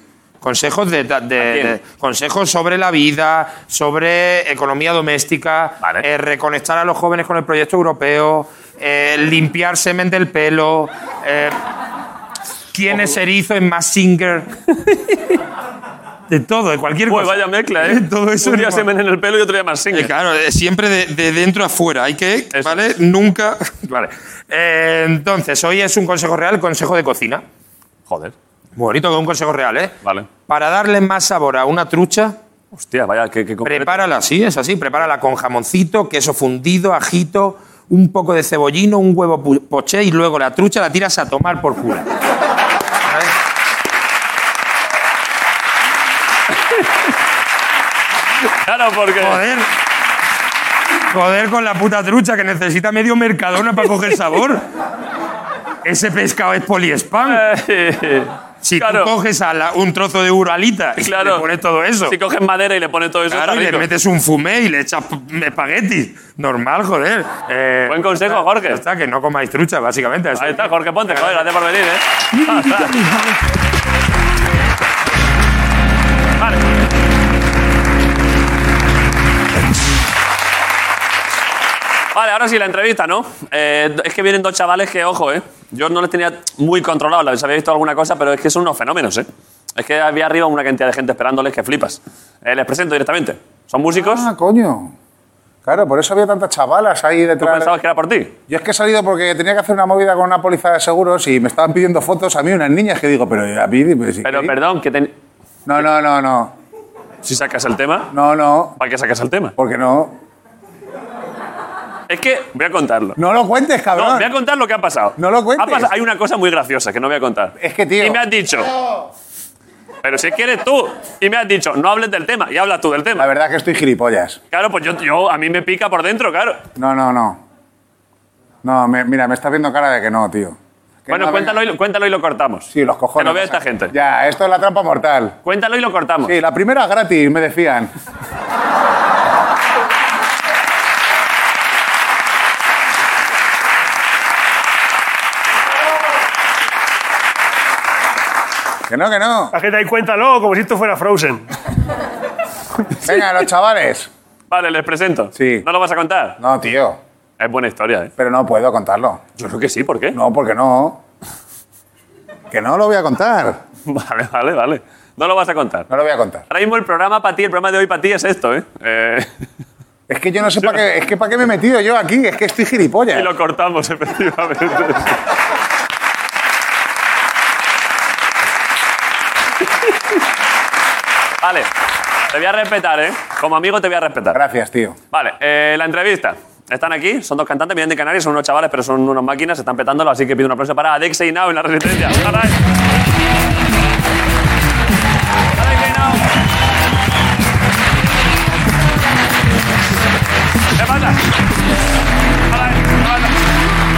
[SPEAKER 13] Consejos de, ta- de-
[SPEAKER 1] ¿A quién?
[SPEAKER 13] de- Eh, consejos sobre la vida, sobre economía doméstica, eh, reconectar a los jóvenes con el proyecto europeo, eh, limpiar semen del pelo, eh, quién es erizo en Massinger. De todo, de cualquier
[SPEAKER 1] Uy,
[SPEAKER 13] cosa.
[SPEAKER 1] vaya mezcla, ¿eh?
[SPEAKER 13] pues, Todo eso
[SPEAKER 1] Un día
[SPEAKER 13] no-
[SPEAKER 1] semen en el pelo y otro día más
[SPEAKER 13] eh, claro, eh, siempre de, de dentro a fuera. Hay que, ¿vale? Nunca. Vale. Eh, entonces, hoy es un consejo real, consejo de cocina.
[SPEAKER 1] Joder.
[SPEAKER 13] Muy bonito que un consejo real, ¿eh?
[SPEAKER 1] Vale.
[SPEAKER 13] Para darle más sabor a una trucha,
[SPEAKER 1] Hostia, vaya, qué, qué concreto.
[SPEAKER 13] prepárala, sí, es así. Prepárala con jamoncito, queso fundido, ajito, un poco de cebollino, un huevo pu- poché y luego la trucha la tiras a tomar por culo. ¿Vale?
[SPEAKER 1] Claro, porque.
[SPEAKER 13] Joder. Joder con la puta trucha que necesita medio mercadona para coger sabor. Ese pescado es poliespam. Si
[SPEAKER 1] Claro.
[SPEAKER 13] tú coges a la- un trozo de uralita y
[SPEAKER 1] Claro.
[SPEAKER 13] le pones todo eso.
[SPEAKER 1] Si coges madera y le pones todo eso.
[SPEAKER 13] Claro,
[SPEAKER 1] está
[SPEAKER 13] y le
[SPEAKER 1] rico.
[SPEAKER 13] metes un fumé y le echas p- espaguetis. Normal, joder. Eh,
[SPEAKER 1] Buen consejo,
[SPEAKER 13] ya está,
[SPEAKER 1] Jorge.
[SPEAKER 13] ya Está, que no comáis trucha, básicamente.
[SPEAKER 1] Ahí está, Jorge Ponte, joder, gracias por venir, ¿eh? vale. Vale, ahora sí, la entrevista, ¿no? Eh, es que vienen dos chavales que, ojo, ¿eh? Yo no les tenía muy controlados, les había visto alguna cosa, pero es que son unos fenómenos, ¿eh? Es que había arriba una cantidad de gente esperándoles que flipas. Eh, les presento directamente. Son músicos.
[SPEAKER 2] Ah, coño. Claro, por eso había tantas chavalas ahí
[SPEAKER 1] ¿Tú
[SPEAKER 2] detrás.
[SPEAKER 1] pensabas que era por ti?
[SPEAKER 2] Yo es que he salido porque tenía que hacer una movida con una póliza de seguros y me estaban pidiendo fotos a mí unas niñas que digo, pero a mí... pues, ¿sí?
[SPEAKER 1] Pero perdón, que ten-
[SPEAKER 2] No, no, no, no.
[SPEAKER 1] si sacas el tema.
[SPEAKER 2] No, no.
[SPEAKER 1] ¿Para qué sacas el tema?
[SPEAKER 2] Porque no.
[SPEAKER 1] Es que voy a contarlo.
[SPEAKER 2] No lo cuentes, cabrón.
[SPEAKER 1] No, voy a contar lo que ha pasado.
[SPEAKER 2] No lo cuentes.
[SPEAKER 1] Ha pas- hay una cosa muy graciosa que no voy a contar.
[SPEAKER 2] Es que, tío.
[SPEAKER 1] Y me has dicho. Pero si quieres tú. Y me has dicho, no hables del tema. Y hablas tú del tema.
[SPEAKER 2] La verdad que estoy gilipollas.
[SPEAKER 1] Claro, pues yo, yo- a mí me pica por dentro, claro.
[SPEAKER 2] No, no, no. No, me- mira, me está viendo cara de que no, tío. Que
[SPEAKER 1] bueno,
[SPEAKER 2] no,
[SPEAKER 1] cuéntalo y, lo- cuéntalo y lo cortamos.
[SPEAKER 2] Sí, los cojones.
[SPEAKER 1] Que lo vea esta gente.
[SPEAKER 2] Ya, esto es la trampa mortal.
[SPEAKER 1] Cuéntalo y lo cortamos.
[SPEAKER 2] Sí, la primera gratis, me decían. que no, que no.
[SPEAKER 3] La gente ahí cuéntalo, como si esto fuera Frozen.
[SPEAKER 2] Venga, los chavales.
[SPEAKER 1] Vale, les presento.
[SPEAKER 2] Sí.
[SPEAKER 1] ¿No lo vas a contar?
[SPEAKER 2] No, tío.
[SPEAKER 1] Es buena historia, ¿eh?
[SPEAKER 2] Pero no puedo contarlo.
[SPEAKER 1] Yo creo que sí, ¿por qué?
[SPEAKER 2] No, porque no. Que no lo voy a contar.
[SPEAKER 1] Vale, vale, vale. No lo vas a contar.
[SPEAKER 2] No lo voy a contar.
[SPEAKER 1] Ahora mismo el programa para ti, el programa de hoy para ti es esto, ¿eh? eh
[SPEAKER 2] Es que yo no sé para qué, es que para qué me he metido yo aquí. Es que estoy gilipollas.
[SPEAKER 1] Y lo cortamos, efectivamente. vale, te voy a respetar, ¿eh? Como amigo te voy a respetar.
[SPEAKER 2] Gracias, tío.
[SPEAKER 1] Vale, eh, la entrevista. Están aquí, son dos cantantes, vienen de Canarias, son unos chavales, pero son unas máquinas, están petándolo, así que pido un aplauso para Adexe y Nao en la Resistencia. Ahora es- Adexe y Nao. ¿Qué pasa? Ahora es- ahora es-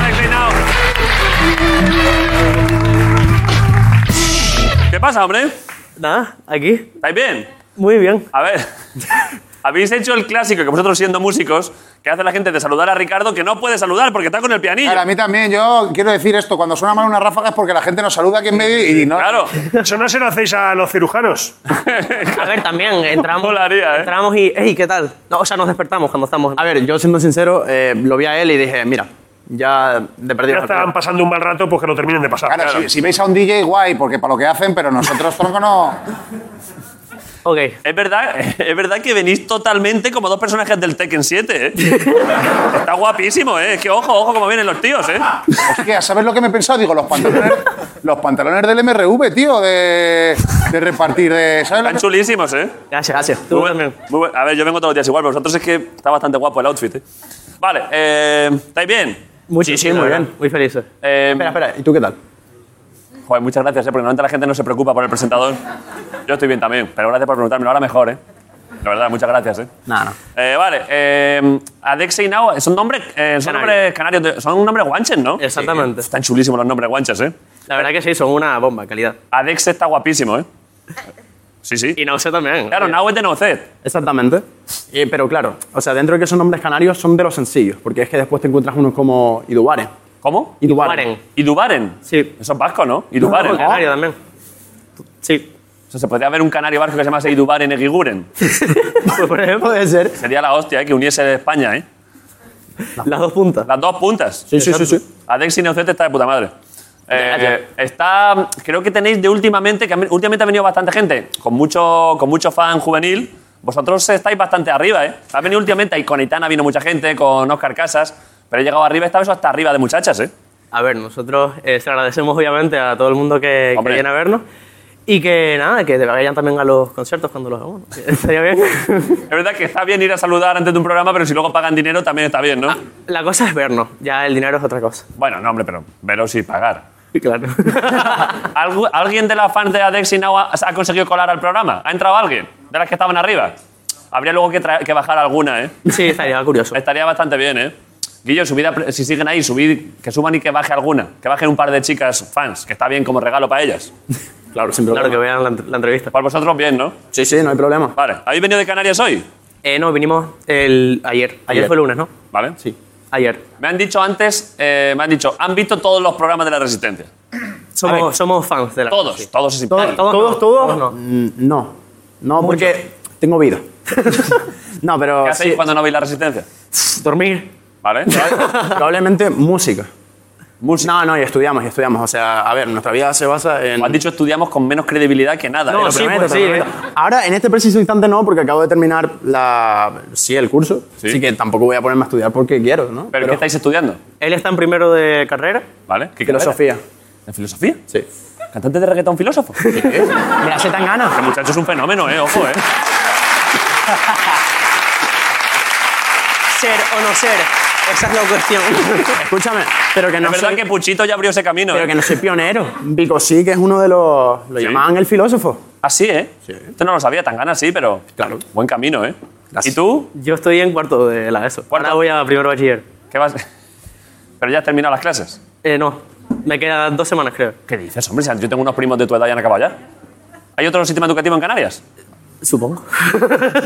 [SPEAKER 1] Adexe y Nao. ¿Qué pasa, hombre?
[SPEAKER 14] Nada, aquí.
[SPEAKER 1] ¿Estáis bien?
[SPEAKER 14] Muy bien.
[SPEAKER 1] A ver. Habéis hecho el clásico que vosotros siendo músicos, que hace la gente de saludar a Ricardo, que no puede saludar porque está con el pianillo.
[SPEAKER 2] Claro, a mí también, yo quiero decir esto, cuando suena mal una ráfaga es porque la gente nos saluda aquí en medio y no...
[SPEAKER 1] Claro.
[SPEAKER 3] Eso no se lo hacéis a los cirujanos.
[SPEAKER 14] A ver, también entramos,
[SPEAKER 1] ¿eh?
[SPEAKER 14] entramos y, hey, ¿qué tal? No, o sea, nos despertamos cuando estamos.
[SPEAKER 15] A ver, yo siendo sincero, eh, lo vi a él y dije, mira, ya de perdido.
[SPEAKER 3] Ya estaban pasando un mal rato, pues que lo terminen de pasar.
[SPEAKER 2] Claro, Si, si veis a un DJ, guay, porque para lo que hacen, pero nosotros, tronco, no...
[SPEAKER 1] Es verdad, es verdad que venís totalmente como dos personajes del Tekken 7, ¿eh? Está guapísimo, ¿eh? Es que ojo, ojo como vienen los tíos, ¿eh?
[SPEAKER 2] Hostia, ¿sabes lo que me he pensado? Digo, los pantalones, los pantalones del MRV, tío, de, de repartir, de, ¿sabes lo
[SPEAKER 1] Están
[SPEAKER 2] que-
[SPEAKER 1] chulísimos, ¿eh?
[SPEAKER 15] Gracias, gracias.
[SPEAKER 1] Muy buen- muy buen- A ver, yo vengo todos los días igual, pero vosotros es que está bastante guapo el outfit, ¿eh? Vale, eh, ¿estáis bien?
[SPEAKER 15] Sí, sí, muy bien, muy feliz. espera, espera, ¿y tú qué tal?
[SPEAKER 1] Em, Joder, muchas gracias, ¿eh? porque normalmente la gente no se preocupa por el presentador. Yo estoy bien también, pero gracias por preguntármelo. Ahora mejor, ¿eh? La verdad, muchas gracias, ¿eh?
[SPEAKER 15] Nada, no.
[SPEAKER 1] Eh, vale, eh, Adexe y Nao son nombres, eh, son nombres canarios, de- son nombres guanches, ¿no? Exactamente. Están chulísimos los nombres guanches, ¿eh?
[SPEAKER 15] La verdad que sí, son una bomba, calidad.
[SPEAKER 1] Adexe está guapísimo, ¿eh? Sí, sí.
[SPEAKER 15] Y Nauset también.
[SPEAKER 1] Claro, Nau es de Nauset.
[SPEAKER 15] Exactamente. Eh, pero claro, o sea, dentro de que son nombres canarios, son de los sencillos, porque es que después te encuentras unos como Idubaren.
[SPEAKER 1] ¿Cómo?
[SPEAKER 15] Idubaren.
[SPEAKER 1] Idubaren.
[SPEAKER 15] Sí.
[SPEAKER 1] Eso es vasco, ¿no? Idubaren.
[SPEAKER 15] No, canario
[SPEAKER 1] también. Sí. O sea, se podría haber un canario vasco que se llamase Idubaren Egiguren.
[SPEAKER 15] Pues, Por ejemplo, puede ser.
[SPEAKER 1] Sería la hostia, ¿eh? Que uniese España, ¿eh?
[SPEAKER 15] Las dos puntas.
[SPEAKER 1] Las dos puntas.
[SPEAKER 15] Sí, sí, sí, sí.
[SPEAKER 1] Adex y Neocete está de puta madre. Eh, está, creo que tenéis de últimamente, que ha- últimamente ha venido bastante gente, con mucho, con mucho fan juvenil. Vosotros estáis bastante arriba, ¿eh? Ha venido últimamente, y con Itana vino mucha gente, con Oscar Casas, pero he llegado arriba, esta vez hasta arriba de muchachas, ¿eh?
[SPEAKER 14] A ver, nosotros eh, se lo agradecemos obviamente a todo el mundo que, que
[SPEAKER 1] Hombre.
[SPEAKER 14] viene a vernos. Y que nada, que vayan también a los conciertos cuando los hagamos. Estaría bien.
[SPEAKER 1] Es verdad que está bien ir a saludar antes de un programa, pero si luego pagan dinero también está bien, ¿no?
[SPEAKER 14] La cosa es vernos, ya el dinero es otra cosa.
[SPEAKER 1] Bueno, no, hombre, pero veros y pagar.
[SPEAKER 14] Claro.
[SPEAKER 1] ¿Algu- ¿Alguien de las fans de Adex y Nau ha, ha conseguido colar al programa? ¿Ha entrado alguien de las que estaban arriba? Habría luego que, tra- que bajar alguna, ¿eh?
[SPEAKER 14] Sí, estaría curioso.
[SPEAKER 1] Estaría bastante bien, ¿eh? Guillo, subid a pre- si siguen ahí, subid, que suban y que baje alguna. Que bajen un par de chicas fans, que está bien como regalo para ellas.
[SPEAKER 15] Claro, sin
[SPEAKER 14] Claro,
[SPEAKER 15] problema.
[SPEAKER 14] que vean la, ent- la entrevista.
[SPEAKER 1] Para vosotros bien, ¿no?
[SPEAKER 15] Sí, sí, no hay problema.
[SPEAKER 1] Vale. ¿Habéis venido de Canarias hoy?
[SPEAKER 14] Eh, no, vinimos el, ayer. ayer.
[SPEAKER 1] Ayer.
[SPEAKER 14] fue lunes, ¿no?
[SPEAKER 1] Vale.
[SPEAKER 15] Sí.
[SPEAKER 14] Ayer.
[SPEAKER 1] Me han dicho antes, eh, me han dicho, han visto todos los programas de la Resistencia.
[SPEAKER 14] Somos, somos fans de la
[SPEAKER 1] Todos, todos es
[SPEAKER 14] Todos, todos, no, todos no.
[SPEAKER 15] Mm, No, no, porque tengo vida. no, pero
[SPEAKER 1] ¿Qué hacéis
[SPEAKER 15] sí,
[SPEAKER 1] cuando no veis la Resistencia?
[SPEAKER 15] dormir.
[SPEAKER 1] Vale.
[SPEAKER 15] Probablemente música. No, no, y estudiamos, y estudiamos. O sea, a ver, nuestra vida se basa en...
[SPEAKER 1] Han dicho estudiamos con menos credibilidad que nada.
[SPEAKER 15] Te lo
[SPEAKER 14] pues,
[SPEAKER 1] eh, lo
[SPEAKER 15] prometo,
[SPEAKER 1] prometo,
[SPEAKER 15] te lo
[SPEAKER 1] te lo prometo.
[SPEAKER 15] prometo. Ahora, en este preciso instante no, porque acabo de terminar la... Ah, Sí, el curso. Así que tampoco voy a ponerme a estudiar porque quiero, ¿no?
[SPEAKER 1] ¿Pero, qué estáis estudiando?
[SPEAKER 14] Él está en primero de carrera.
[SPEAKER 1] ¿Vale? ¿Qué
[SPEAKER 15] Filosofía.
[SPEAKER 1] carrera? ¿En filosofía?
[SPEAKER 15] Sí.
[SPEAKER 1] ¿Cantante de reggaetón filósofo?
[SPEAKER 15] Me hace tan ganas.
[SPEAKER 1] El muchacho es un fenómeno, ¿eh? Ojo, ¿eh?
[SPEAKER 14] Ser o no ser. Esa es la cuestión.
[SPEAKER 15] Escúchame, pero que no
[SPEAKER 1] es verdad
[SPEAKER 15] soy-
[SPEAKER 1] que Puchito ya abrió ese camino.
[SPEAKER 15] Pero
[SPEAKER 1] ¿eh?
[SPEAKER 15] que no soy pionero. Vico sí que es uno de los... Lo llamaban el filósofo.
[SPEAKER 1] Así, ¿eh? Esto no lo sabía, tan ganas sí, pero. Claro. Buen camino, ¿eh? ¿Y tú?
[SPEAKER 14] Yo estoy en cuarto de la ESO. Ahora voy a primero bachiller.
[SPEAKER 1] ¿Qué vas? ¿Pero ya has terminado las clases?
[SPEAKER 14] Eh, no. Me quedan dos semanas, creo.
[SPEAKER 1] ¿Qué dices, hombre? Si Yo tengo unos primos de tu edad y han acabado ya. ¿Hay otro sistema educativo en Canarias?
[SPEAKER 15] Supongo.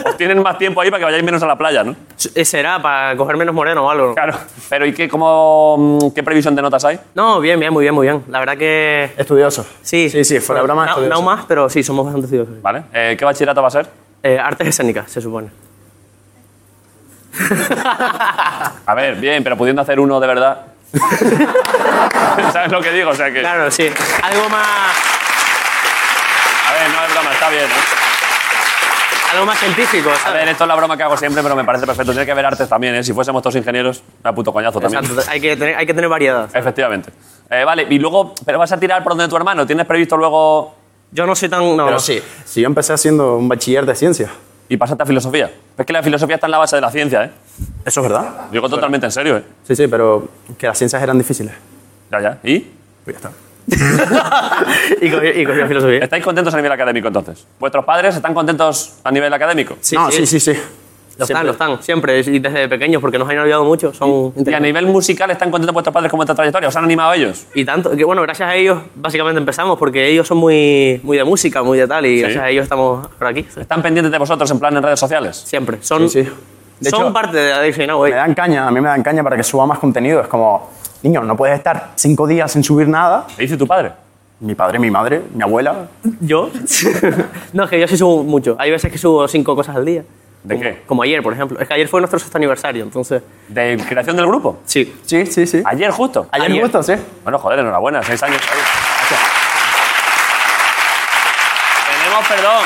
[SPEAKER 1] Os tienen más tiempo ahí para que vayáis menos a la playa, ¿no?
[SPEAKER 14] Eh, Será para coger menos moreno o algo.
[SPEAKER 1] Claro. Pero ¿y qué, cómo, mm, qué previsión de notas hay?
[SPEAKER 14] No, bien, bien, muy bien, muy bien. La verdad que.
[SPEAKER 15] Estudioso.
[SPEAKER 14] Sí.
[SPEAKER 15] Sí, sí, fuera de broma,
[SPEAKER 14] No,
[SPEAKER 15] estudioso.
[SPEAKER 14] no más, pero sí, somos bastante estudiosos.
[SPEAKER 1] ¿Vale? Eh, ¿Qué bachillerato va a ser?
[SPEAKER 14] Eh, artes escénicas, se supone.
[SPEAKER 1] A ver, bien, pero pudiendo hacer uno de verdad. ¿Sabes lo que digo? O sea que.
[SPEAKER 14] Claro, sí. Algo más.
[SPEAKER 1] A ver, no es broma, está bien. ¿eh?
[SPEAKER 14] Algo más científico.
[SPEAKER 1] A ver, esto es la broma que hago siempre, pero me parece perfecto. Tiene que haber artes también, ¿eh? Si fuésemos todos ingenieros, da puto coñazo también.
[SPEAKER 14] Exacto, hay que tener, hay que tener variedad.
[SPEAKER 1] Efectivamente. Eh, vale, y luego, pero vas a tirar por donde tu hermano. ¿Tienes previsto luego.
[SPEAKER 14] Yo no soy tan. No,
[SPEAKER 15] Pero sí, si yo empecé haciendo un bachiller de ciencias.
[SPEAKER 1] Y pasaste a filosofía? Es que la filosofía está en la base de la ciencia, ¿eh?
[SPEAKER 15] Eso es verdad.
[SPEAKER 1] Digo totalmente en serio, ¿eh?
[SPEAKER 15] Sí, sí, pero que las ciencias eran difíciles.
[SPEAKER 1] Ya, ya. ¿Y?
[SPEAKER 15] Pues ya está.
[SPEAKER 14] y cogió y cogió filosofía.
[SPEAKER 1] ¿Estáis contentos a nivel académico entonces? ¿Vuestros padres están contentos a nivel académico?
[SPEAKER 15] no, sí, sí, sí.
[SPEAKER 14] Lo están, lo están, siempre, y desde pequeños, porque nos han ayudado mucho. Son
[SPEAKER 1] Y a nivel musical, ¿están contentos vuestros padres con vuestra trayectoria? ¿Os han animado ellos?
[SPEAKER 14] Y tanto, que bueno, gracias a ellos básicamente empezamos, porque ellos son muy, muy de música, muy de tal, y
[SPEAKER 1] Sí.
[SPEAKER 14] gracias a ellos estamos por aquí.
[SPEAKER 1] ¿Están pendientes de vosotros en plan en redes sociales?
[SPEAKER 14] Siempre, son,
[SPEAKER 15] Sí, sí. De
[SPEAKER 14] son
[SPEAKER 15] hecho,
[SPEAKER 14] parte de Addiction Now, eh.
[SPEAKER 15] Me dan caña, a mí me dan caña para que suba más contenido. Es como, niño, no puedes estar cinco días sin subir nada.
[SPEAKER 1] ¿Qué dice tu padre?
[SPEAKER 15] Mi padre, mi madre, mi abuela.
[SPEAKER 14] ¿Yo? no, es que yo sí subo mucho. Hay veces que subo cinco cosas al día.
[SPEAKER 1] ¿De qué?
[SPEAKER 14] Como ayer, por ejemplo. Es que ayer fue nuestro sexto aniversario, entonces...
[SPEAKER 1] ¿De creación del grupo?
[SPEAKER 14] Sí.
[SPEAKER 15] Sí, sí, sí.
[SPEAKER 1] Ayer justo.
[SPEAKER 15] Ayer justo, sí.
[SPEAKER 1] Bueno, joder, enhorabuena, seis años. Oye, gracias. Tenemos perdón.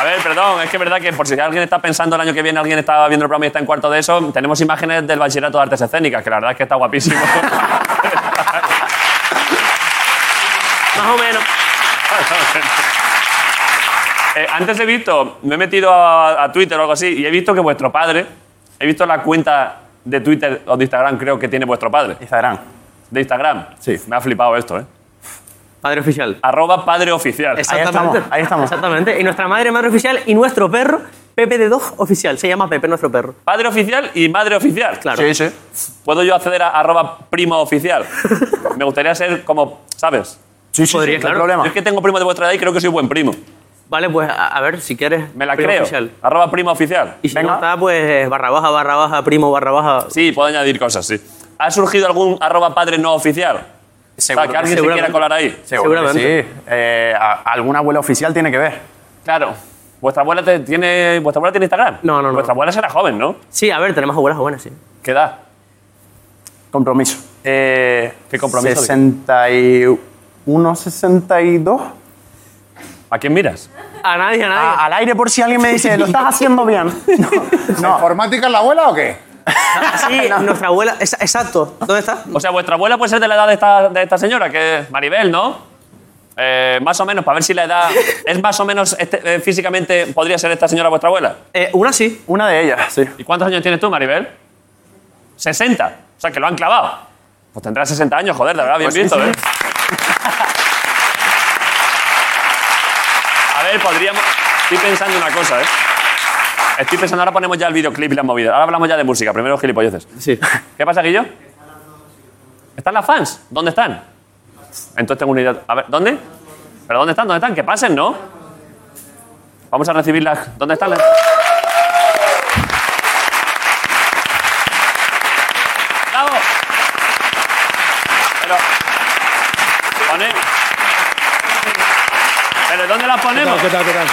[SPEAKER 1] A ver, perdón, es que es verdad que por si alguien está pensando el año que viene, alguien está viendo el programa y está en cuarto de eso, tenemos imágenes del bachillerato de artes escénicas, que la verdad es que está guapísimo.
[SPEAKER 14] Más o menos.
[SPEAKER 1] Eh, antes he visto, me he metido a, a Twitter o algo así, y he visto que vuestro padre, he visto la cuenta de Twitter o de Instagram, creo que tiene vuestro padre.
[SPEAKER 15] Instagram.
[SPEAKER 1] De Instagram. Sí. Me ha flipado esto, ¿eh?
[SPEAKER 14] Padre oficial.
[SPEAKER 1] Arroba padre oficial.
[SPEAKER 15] ahí estamos.
[SPEAKER 14] Exactamente. Y nuestra madre, madre oficial, y nuestro perro, Pepe de Dog oficial. Se llama Pepe nuestro perro.
[SPEAKER 1] Padre oficial y madre oficial. Claro.
[SPEAKER 14] Sí,
[SPEAKER 1] sí. ¿Puedo yo acceder a arroba primo oficial? me gustaría ser como, ¿sabes?
[SPEAKER 15] Sí, sí,
[SPEAKER 14] Podría, sí, no hay claro. problema.
[SPEAKER 1] Yo es que tengo primo de vuestra edad y creo que soy buen primo.
[SPEAKER 14] Vale, pues a, a ver, si quieres...
[SPEAKER 1] Me la
[SPEAKER 14] primo
[SPEAKER 1] creo.
[SPEAKER 14] oficial.
[SPEAKER 1] Arroba primo oficial.
[SPEAKER 14] Y si no está, pues barra baja, barra baja, primo, barra baja...
[SPEAKER 1] Sí, puedo añadir cosas, sí. ¿Ha surgido algún arroba padre no oficial?
[SPEAKER 15] Seguro
[SPEAKER 1] o sea, que alguien se
[SPEAKER 15] seguramente.
[SPEAKER 1] quiera colar ahí.
[SPEAKER 15] Seguro que Sí, Eh, a- alguna abuela oficial tiene que ver.
[SPEAKER 1] Claro. ¿Vuestra abuela, te- tiene, ¿Vuestra abuela tiene Instagram?
[SPEAKER 14] No, no, no.
[SPEAKER 1] Vuestra abuela será joven, ¿no?
[SPEAKER 14] Sí, a ver, tenemos abuelas buenas, sí.
[SPEAKER 1] ¿Qué edad?
[SPEAKER 15] Compromiso. Eh, ¿Qué
[SPEAKER 1] compromiso?
[SPEAKER 15] 61, 62.
[SPEAKER 1] ¿A quién miras?
[SPEAKER 14] A nadie, a nadie.
[SPEAKER 15] Ah, al aire por si alguien me dice, lo estás haciendo bien.
[SPEAKER 2] ¿Informática es la abuela o qué?
[SPEAKER 14] Sí, nuestra abuela... esa- Exacto. ¿Dónde está?
[SPEAKER 1] O sea, vuestra abuela puede ser de la edad de esta, de esta señora, que es Maribel, ¿no? Eh, más o menos, para ver si la edad es más o menos este- eh, físicamente, podría ser esta señora vuestra abuela.
[SPEAKER 14] Eh, una sí.
[SPEAKER 15] Una de ellas, sí.
[SPEAKER 1] ¿Y cuántos años tienes tú, Maribel? 60. O sea, que lo han clavado. Pues tendrás 60 años, joder, de verdad, bien
[SPEAKER 15] Pues sí,
[SPEAKER 1] visto,
[SPEAKER 15] sí.
[SPEAKER 1] ¿eh? A ver, podríamos... Estoy pensando una cosa, ¿eh? Estoy pensando, ahora ponemos ya el videoclip y las movidas. Ahora hablamos ya de música, primero gilipolleces.
[SPEAKER 14] Sí.
[SPEAKER 1] ¿Qué pasa, Guillo? ¿Están las fans? ¿Dónde están? Entonces tengo una idea. A ver, ¿dónde? ¿Pero dónde están? ¿Dónde están? Que pasen, ¿no? Vamos a recibir las... ¿Dónde están las...? ¡Bravo! Pero... Pone... ¿Pero dónde las
[SPEAKER 4] ¿Qué tal,
[SPEAKER 1] ponemos?
[SPEAKER 4] qué tal, qué tal?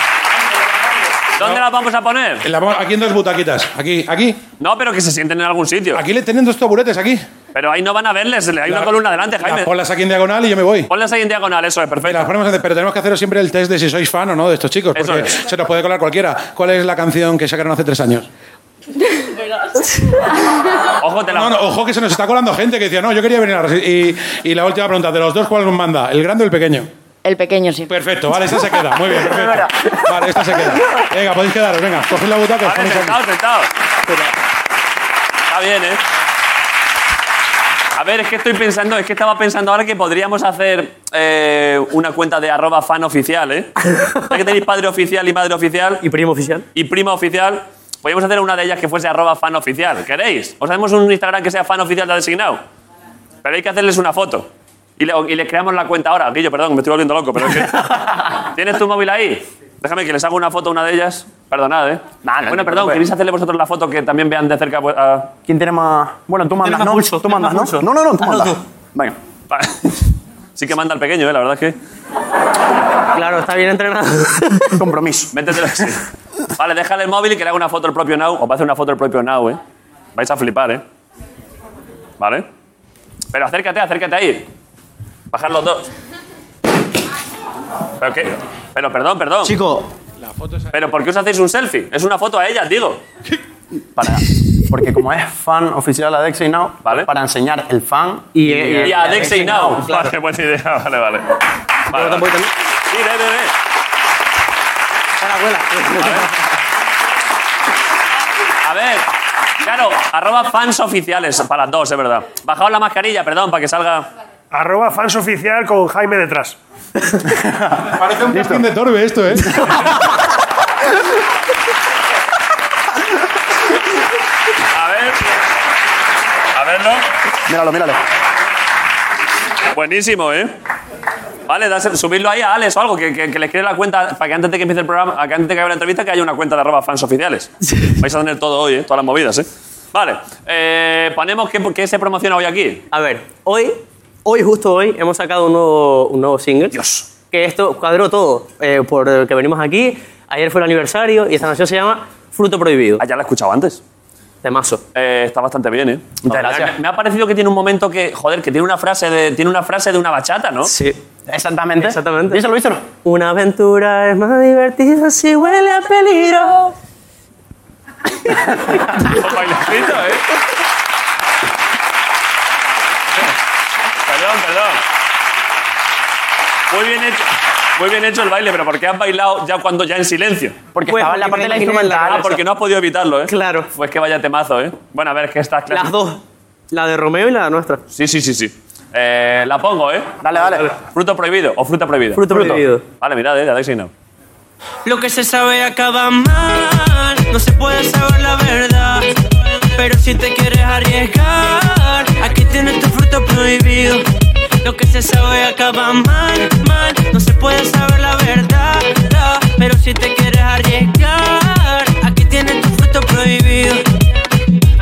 [SPEAKER 1] ¿Dónde las vamos a poner?
[SPEAKER 4] La vamos- Aquí en dos butaquitas. Aquí, aquí.
[SPEAKER 1] No, pero que se sienten en algún sitio.
[SPEAKER 4] Aquí le tienen dos taburetes, aquí.
[SPEAKER 1] Pero ahí no van a verles, hay
[SPEAKER 4] La-
[SPEAKER 1] una columna delante, Jaime.
[SPEAKER 4] Las ponlas aquí en diagonal y yo me voy.
[SPEAKER 1] Ponlas ahí en diagonal, eso es
[SPEAKER 15] Pues-
[SPEAKER 1] perfecto.
[SPEAKER 4] Las ponemos en- pero tenemos que hacer siempre el test de si sois fan o no de estos chicos,
[SPEAKER 1] Eso
[SPEAKER 4] porque
[SPEAKER 1] es.
[SPEAKER 4] se nos puede colar cualquiera. ¿Cuál es la canción que sacaron hace tres años?
[SPEAKER 1] Ojo, te la...
[SPEAKER 4] No, no, ojo que se nos está colando gente que decía, no, yo quería venir a la resi- y, y la última pregunta, de los dos, ¿cuál nos manda? ¿El grande o el pequeño?
[SPEAKER 16] El pequeño, sí.
[SPEAKER 4] Perfecto, vale, esta se queda. Muy bien, perfecto. Vale, esta se queda. Venga, podéis quedaros, venga, coged la butaca. os
[SPEAKER 1] Vale,
[SPEAKER 4] ponéis aquí.
[SPEAKER 1] sentaos, sentaos. Está bien, ¿eh? A ver, es que estoy pensando, es que estaba pensando ahora que podríamos hacer eh, una cuenta de arroba fan oficial, ¿eh? Ya que tenéis padre oficial y madre oficial
[SPEAKER 14] Y primo oficial.
[SPEAKER 1] y prima oficial, podríamos hacer una de ellas que fuese arroba fan oficial. ¿Queréis? Os hacemos un Instagram que sea fan oficial de designado. Pero hay que hacerles una foto. Y le, y le creamos la cuenta ahora. Guillo, perdón, me estoy volviendo loco, pero es que... ¿Tienes tu móvil ahí? Déjame que les haga una foto a una de ellas. Perdonad, ¿eh? bueno,
[SPEAKER 15] te
[SPEAKER 1] perdón,
[SPEAKER 15] preocupes.
[SPEAKER 1] ¿queréis hacerle vosotros la foto que también vean de cerca? vu- a-
[SPEAKER 15] ¿Quién tiene más...? Bueno, tú mandas,
[SPEAKER 1] más
[SPEAKER 15] ¿no?
[SPEAKER 1] pulso,
[SPEAKER 15] tú
[SPEAKER 1] tiene
[SPEAKER 15] mandas,
[SPEAKER 1] más
[SPEAKER 15] ¿no?
[SPEAKER 1] pulso.
[SPEAKER 15] No, no, no, tú
[SPEAKER 1] Hazlo
[SPEAKER 15] mandas.
[SPEAKER 1] tú.
[SPEAKER 15] Venga.
[SPEAKER 1] pa- sí que manda el pequeño, ¿eh? La verdad es que...
[SPEAKER 14] Claro, está bien entrenado.
[SPEAKER 15] Compromiso.
[SPEAKER 1] Métetelo así. Vale, déjale el móvil y que le haga una foto el propio Now. Os va a hacer una foto el propio Now, ¿eh? Vais a flipar, ¿eh? ¿Vale? Pero acércate, acércate ahí. Bajar los dos. ¿Pero qué? Pero perdón, perdón.
[SPEAKER 15] Chico.
[SPEAKER 1] ¿Pero por qué os hacéis un selfie? Es una foto a ellas, digo.
[SPEAKER 15] Para, porque como es fan oficial a Dexy Now, para enseñar el fan y,
[SPEAKER 14] eh,
[SPEAKER 1] Y a Dexy Now.
[SPEAKER 15] claro.
[SPEAKER 1] Vale, buena idea. Vale, vale. Vale, vale. Sí, ve, ve, ve.
[SPEAKER 14] abuela.
[SPEAKER 1] A ver, claro, arroba fans oficiales para las dos, es verdad. Bajaos la mascarilla, perdón, para que salga.
[SPEAKER 3] Arroba fans oficial con Jaime detrás.
[SPEAKER 4] Parece un casting de Torbe esto, ¿eh?
[SPEAKER 1] A ver. A verlo.
[SPEAKER 15] Míralo, míralo.
[SPEAKER 1] Buenísimo, ¿eh? Vale, das- subidlo ahí a Alex o algo, que, que, que les cree la cuenta para que antes de que empiece el programa, a que antes de que acabe la entrevista, que haya una cuenta de arroba fans oficiales. Vais a tener todo hoy, ¿eh? Todas las movidas, ¿eh? Vale, eh, ponemos qué, qué se promociona hoy aquí.
[SPEAKER 14] A ver, hoy, hoy justo hoy, hemos sacado un nuevo, un nuevo single.
[SPEAKER 1] Dios.
[SPEAKER 14] Que esto cuadró todo, eh, por el que venimos aquí. Ayer fue el aniversario y esta canción se llama Fruto Prohibido.
[SPEAKER 1] Ah, ya la he escuchado antes.
[SPEAKER 14] De mazo.
[SPEAKER 1] está bastante bien, ¿eh? Muchas
[SPEAKER 14] gracias.
[SPEAKER 1] Me, me ha parecido que tiene un momento que, joder, que tiene una frase de, tiene una, frase de una bachata, ¿no?
[SPEAKER 14] Sí.
[SPEAKER 15] Exactamente.
[SPEAKER 14] Exactamente.
[SPEAKER 15] Díselo, Víctor.
[SPEAKER 14] Una aventura es más divertida si huele a peligro.
[SPEAKER 1] Con bailecito, ¿eh? Perdón, perdón. Muy bien hecho. Muy bien hecho el baile, pero ¿por qué has bailado ya cuando ya en silencio?
[SPEAKER 15] Porque estaba
[SPEAKER 14] Pues,
[SPEAKER 15] en la parte de la instrumental.
[SPEAKER 1] Ah, porque no has podido evitarlo, ¿eh?
[SPEAKER 14] Claro.
[SPEAKER 1] Pues que vaya temazo, ¿eh? Bueno, a ver, es que estás
[SPEAKER 14] Las dos. La de Romeo y la nuestra.
[SPEAKER 1] Sí, sí, sí, sí. Eh, la pongo, ¿eh?
[SPEAKER 15] Dale, dale.
[SPEAKER 1] Fruto prohibido o fruta prohibida.
[SPEAKER 14] Fruto prohibido.
[SPEAKER 1] Vale, mirad, ¿eh? Le dais signo.
[SPEAKER 16] Lo que se sabe acaba mal, no se puede saber la verdad. Pero si te quieres arriesgar, aquí tienes tu fruto prohibido. Lo que se sabe acaba mal, mal, no se puede saber la verdad. da. Pero si te quieres arriesgar, aquí tienes tu fruto prohibido.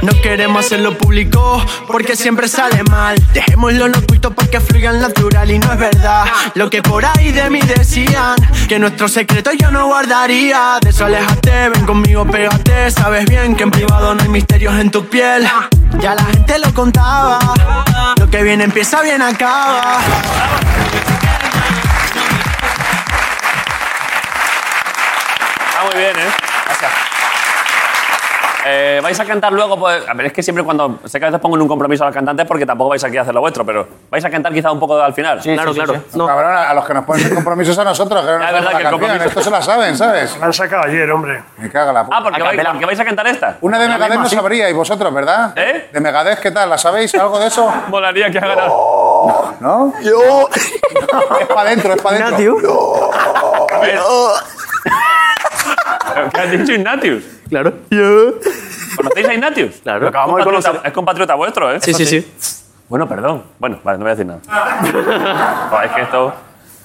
[SPEAKER 17] No queremos hacerlo público porque siempre sale mal. Dejémoslo en oculto porque fluya al natural y no es verdad. Lo que por ahí de mí decían, que nuestro secreto yo no guardaría. De eso aléjate, ven conmigo, pégate. Sabes bien que en privado no hay misterios en tu piel. Ya la gente lo contaba. Lo que bien empieza, bien acaba.
[SPEAKER 1] Está muy bien, ¿eh? Gracias. Eh, vais a cantar luego, pues. A ver, es que siempre cuando. Sé que a veces pongo en un compromiso a los cantantes porque tampoco vais aquí a hacer lo vuestro, pero vais a cantar quizá un poco al final.
[SPEAKER 14] claro, claro.
[SPEAKER 2] No. Cabrón, a los que nos ponen compromisos a nosotros, que no nos
[SPEAKER 1] es verdad
[SPEAKER 2] hacemos
[SPEAKER 1] que
[SPEAKER 2] la
[SPEAKER 1] el
[SPEAKER 2] canción.
[SPEAKER 1] compromiso-
[SPEAKER 2] Esto se la saben, ¿sabes?
[SPEAKER 3] La han sacado ayer, hombre.
[SPEAKER 2] Me caga la puta.
[SPEAKER 1] Ah, porque vais, porque vais a cantar esta.
[SPEAKER 2] Una de Megadeth no
[SPEAKER 1] sí.
[SPEAKER 2] sabríais vosotros, ¿verdad?
[SPEAKER 1] ¿Eh?
[SPEAKER 2] De Megadeth, ¿qué tal? ¿La sabéis? ¿Algo de eso?
[SPEAKER 1] Molaría que hagan.
[SPEAKER 15] Oh.
[SPEAKER 2] ¿No?
[SPEAKER 17] Yo.
[SPEAKER 2] es para adentro, es para adentro.
[SPEAKER 1] A ver. ¿Pero ¿Qué has dicho, Ignatius?
[SPEAKER 14] Claro.
[SPEAKER 1] ¿Conocéis a Ignatius? Claro.
[SPEAKER 15] acabamos de conocer.
[SPEAKER 1] Es compatriota vuestro, ¿eh?
[SPEAKER 15] Sí, sí, sí.
[SPEAKER 1] Bueno, perdón. Bueno, vale, no voy a decir nada. Joder, es que esto.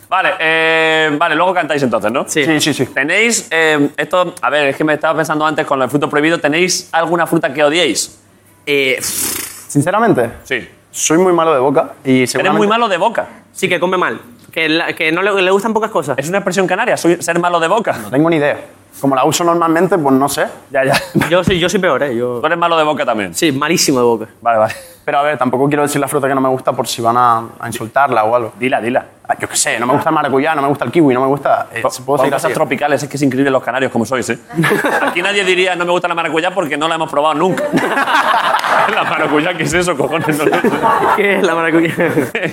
[SPEAKER 1] Vale, eh, vale, luego cantáis entonces, ¿no? Sí, sí, sí. Tenéis. eh, esto, a ver, es que me estaba pensando antes con el fruto prohibido. ¿Tenéis alguna fruta que odiéis? Eh,
[SPEAKER 15] Sinceramente,
[SPEAKER 1] sí.
[SPEAKER 15] soy muy malo de boca y seguramente...
[SPEAKER 1] Eres muy malo de boca.
[SPEAKER 14] Sí, que come mal. Que, la- que no le, le gustan pocas cosas.
[SPEAKER 1] Es una expresión canaria, soy- ser malo de boca.
[SPEAKER 15] No tengo ni idea. Como la uso normalmente, pues no sé.
[SPEAKER 1] Ya, ya.
[SPEAKER 14] Yo soy, yo soy peor, ¿eh? Yo...
[SPEAKER 1] Tú eres malo de boca también.
[SPEAKER 14] Sí, malísimo de boca.
[SPEAKER 1] Vale, vale.
[SPEAKER 15] Pero a ver, tampoco quiero decir la fruta que no me gusta por si van a, a insultarla o algo.
[SPEAKER 1] Dila, dila.
[SPEAKER 15] Ah, Yo qué sé, no me gusta el maracuyá, no me gusta el kiwi, no me gusta... eh, ¿se puedo
[SPEAKER 1] Con
[SPEAKER 15] seguir
[SPEAKER 1] cosas
[SPEAKER 15] así?
[SPEAKER 1] tropicales, es que es increíble los canarios como sois, ¿eh? Aquí nadie diría no me gusta la maracuyá porque no la hemos probado nunca. la maracuyá, ¿qué es eso, cojones? No lo sé.
[SPEAKER 14] ¿Qué es la maracuyá?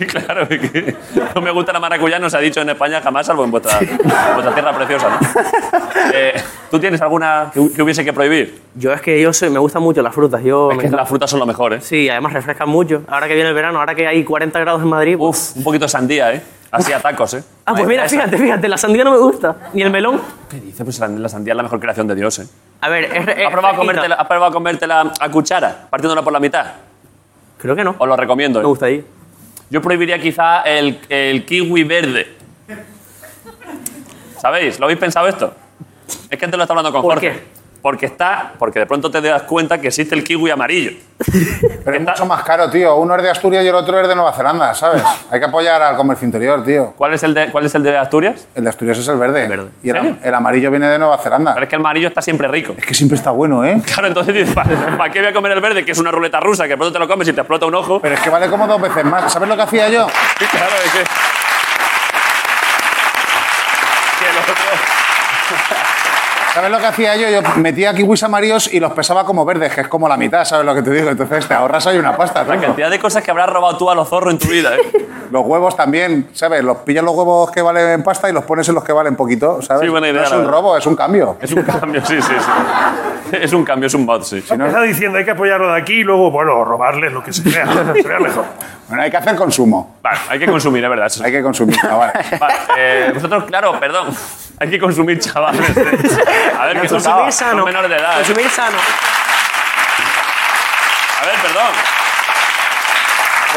[SPEAKER 1] claro, es que no me gusta la maracuyá, no se ha dicho en España jamás, salvo en vuestra, en vuestra tierra preciosa, ¿no? Eh, ¿Tú tienes alguna que, hu- que hubiese que prohibir?
[SPEAKER 14] Yo es que yo soy, me gustan mucho las frutas. Yo
[SPEAKER 1] Es
[SPEAKER 14] me
[SPEAKER 1] que
[SPEAKER 14] encanta.
[SPEAKER 1] las frutas son lo mejor, ¿eh?
[SPEAKER 14] Sí, además refrescan mucho. Ahora que viene el verano, ahora que hay 40 grados en Madrid.
[SPEAKER 1] Uf, un poquito de sandía, ¿eh? Así a tacos, ¿eh?
[SPEAKER 14] Ah, pues mira, fíjate, fíjate, la sandía no me gusta. Ni el melón.
[SPEAKER 1] ¿Qué dice? Pues la, la sandía es la mejor creación de Dios, ¿eh?
[SPEAKER 14] A ver, es, es-
[SPEAKER 1] ¿Has probado,
[SPEAKER 14] es-
[SPEAKER 1] comértela, has probado comértela a cuchara, partiéndola por la mitad?
[SPEAKER 14] Creo que no.
[SPEAKER 1] Os lo recomiendo, ¿eh?
[SPEAKER 14] Me gusta ahí.
[SPEAKER 1] Yo prohibiría quizá el, el kiwi verde. ¿Sabéis? ¿Lo habéis pensado esto? Es que antes lo está hablando con
[SPEAKER 14] ¿Por
[SPEAKER 1] Jorge.
[SPEAKER 14] qué?
[SPEAKER 1] Porque está. Porque de pronto te das cuenta que existe el kiwi amarillo.
[SPEAKER 2] Pero es mucho más caro, tío. Uno es de Asturias y el otro es de Nueva Zelanda, ¿sabes? Hay que apoyar al comercio interior, tío.
[SPEAKER 1] ¿Cuál es el de, cuál es el de Asturias?
[SPEAKER 2] El de Asturias es el verde. Y
[SPEAKER 1] ¿En
[SPEAKER 2] el,
[SPEAKER 1] serio?
[SPEAKER 2] el amarillo viene de Nueva Zelanda.
[SPEAKER 1] Pero es que el amarillo está siempre rico.
[SPEAKER 2] Es que siempre está bueno, ¿eh?
[SPEAKER 1] Claro, entonces dices, ¿para, para qué voy a comer el verde? Que es una ruleta rusa, que de pronto te lo comes y te explota un ojo.
[SPEAKER 2] Pero es que vale como dos veces más. ¿Sabes lo que hacía yo?
[SPEAKER 1] Pues Sí, claro, es que. que el otro-
[SPEAKER 2] ¿Sabes lo que hacía yo? Yo metía kiwis amarillos y los pesaba como verdes, que es como la mitad, ¿sabes lo que te digo? Entonces te ahorras ahí una pasta,
[SPEAKER 1] La
[SPEAKER 2] tronco.
[SPEAKER 1] cantidad de cosas que habrás robado tú a los zorros en tu vida, ¿eh?
[SPEAKER 2] Los huevos también, ¿sabes? Los pillas los huevos que valen pasta y los pones en los que valen poquito, ¿sabes?
[SPEAKER 1] Sí, buena idea,
[SPEAKER 2] no es
[SPEAKER 1] la
[SPEAKER 2] un
[SPEAKER 1] verdad.
[SPEAKER 2] robo, es un cambio.
[SPEAKER 1] Es un cambio, sí, sí, sí. Es un cambio, es un mod, sí.
[SPEAKER 3] Está diciendo, hay que apoyarlo de aquí y luego, bueno, robarles lo que se vea. se vea mejor.
[SPEAKER 2] Bueno, hay que hacer consumo.
[SPEAKER 1] Vale, hay que consumir, es verdad. eso sí.
[SPEAKER 2] Ah, Hay que consumir, chaval.
[SPEAKER 1] Vale, eh, vosotros, claro, perdón. Hay que consumir, chavales. A ver, que son-
[SPEAKER 14] Consumir
[SPEAKER 1] Son
[SPEAKER 14] sano.
[SPEAKER 1] menores de edad. eh.
[SPEAKER 14] Consumir sano.
[SPEAKER 1] A ver, perdón.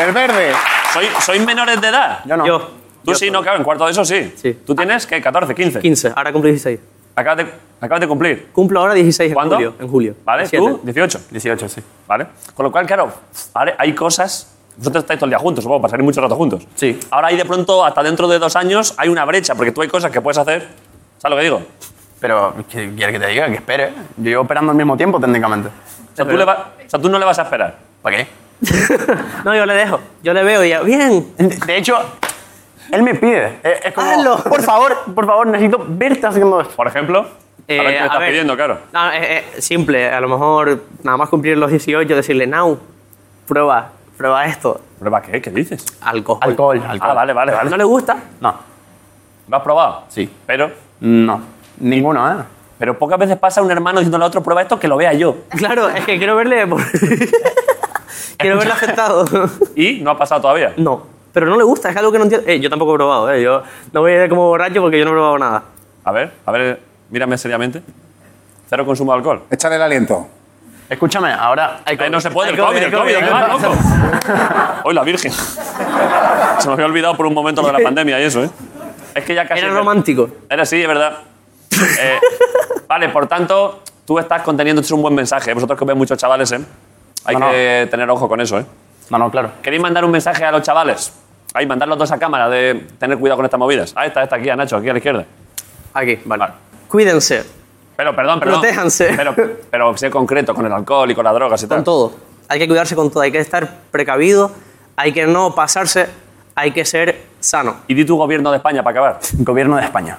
[SPEAKER 2] El verde.
[SPEAKER 1] ¿Soy, ¿Sois menores de edad?
[SPEAKER 15] Yo no.
[SPEAKER 1] Tú sí, no, claro, en cuarto de eso sí. ¿Tú tienes qué? ¿14, 15?
[SPEAKER 14] 15, ahora cumplo 16.
[SPEAKER 1] Acabas de, acabas de cumplir.
[SPEAKER 14] Cumplo ahora 16
[SPEAKER 1] ¿Cuándo?
[SPEAKER 14] en julio. En julio.
[SPEAKER 1] ¿Vale?
[SPEAKER 14] Siete.
[SPEAKER 1] ¿Tú? 18.
[SPEAKER 15] 18, sí.
[SPEAKER 1] ¿Vale? Con lo cual, claro, ahora hay cosas. Vosotros estáis todo el día juntos, supongo, pasaréis mucho rato juntos. Sí. Ahora hay de pronto, hasta dentro de dos años, hay una brecha, porque tú hay cosas que puedes hacer. ¿Sabes lo que digo? O
[SPEAKER 15] Pero, ¿qué quieres que te diga? Que espere. Yo llevo esperando al mismo tiempo, técnicamente.
[SPEAKER 1] sea, tú, le va- o sea, tú no le vas a esperar.
[SPEAKER 15] ¿Para qué?
[SPEAKER 14] No, yo le dejo. Yo le veo y ya, bien.
[SPEAKER 15] De hecho, él me pide. Es, es como, por favor, por favor, necesito verte haciendo esto.
[SPEAKER 1] Por ejemplo,
[SPEAKER 14] Eh,
[SPEAKER 1] ahora que
[SPEAKER 14] a
[SPEAKER 1] me estás
[SPEAKER 14] ver.
[SPEAKER 1] pidiendo, claro.
[SPEAKER 14] No, eh, eh, simple, a lo mejor nada más cumplir los 18, decirle, now, prueba, prueba esto.
[SPEAKER 1] ¿Prueba qué? ¿Qué dices?
[SPEAKER 14] Alcohol.
[SPEAKER 15] Alcohol,
[SPEAKER 1] Ah, vale, vale, vale.
[SPEAKER 14] ¿No le gusta?
[SPEAKER 15] No,
[SPEAKER 1] ¿Lo has probado?
[SPEAKER 15] Sí.
[SPEAKER 1] Pero.
[SPEAKER 15] no. Ninguno, ¿eh?
[SPEAKER 1] Pero pocas veces pasa un hermano diciéndole a otro, prueba esto, que lo vea yo.
[SPEAKER 14] Claro, es que quiero verle. quiero verle afectado.
[SPEAKER 1] ¿Y no ha pasado todavía?
[SPEAKER 14] No, pero no le gusta, es algo que no entiendo. Eh, yo tampoco he probado, eh. Yo no voy a ir como borracho porque yo no he probado nada.
[SPEAKER 1] A ver, a ver, mírame seriamente. Cero consumo de alcohol.
[SPEAKER 2] Échale el aliento.
[SPEAKER 15] Escúchame, ahora hay
[SPEAKER 1] Eh, no se puede, el
[SPEAKER 15] Hay
[SPEAKER 1] COVID, el COVID, ¿dónde vas, loco? Hoy la Virgen. Se me había olvidado por un momento lo de la pandemia y eso, ¿eh? Es que ya casi.
[SPEAKER 14] Era romántico.
[SPEAKER 1] Era sí, es verdad. Eh, vale, por tanto, tú estás conteniendo, esto es un buen mensaje. Vosotros que veis muchos chavales, ¿eh? Hay
[SPEAKER 15] No, no.
[SPEAKER 1] que tener ojo con eso, ¿eh?
[SPEAKER 15] No, no, claro.
[SPEAKER 1] ¿Queréis mandar un mensaje a los chavales? Ahí, mandar los dos a cámara de tener cuidado con estas movidas. Ah, está, está aquí, a Nacho, aquí a la izquierda.
[SPEAKER 14] Aquí, vale. Cuídense.
[SPEAKER 1] Pero, perdón, perdón.
[SPEAKER 14] Protéjanse.
[SPEAKER 1] Pero, pero sé concreto con el alcohol y con las drogas y tal.
[SPEAKER 14] Con todo. Hay que cuidarse con todo, hay que estar precavido, hay que no pasarse, hay que ser sano.
[SPEAKER 1] Y di tu gobierno de España para acabar.
[SPEAKER 15] Gobierno de España.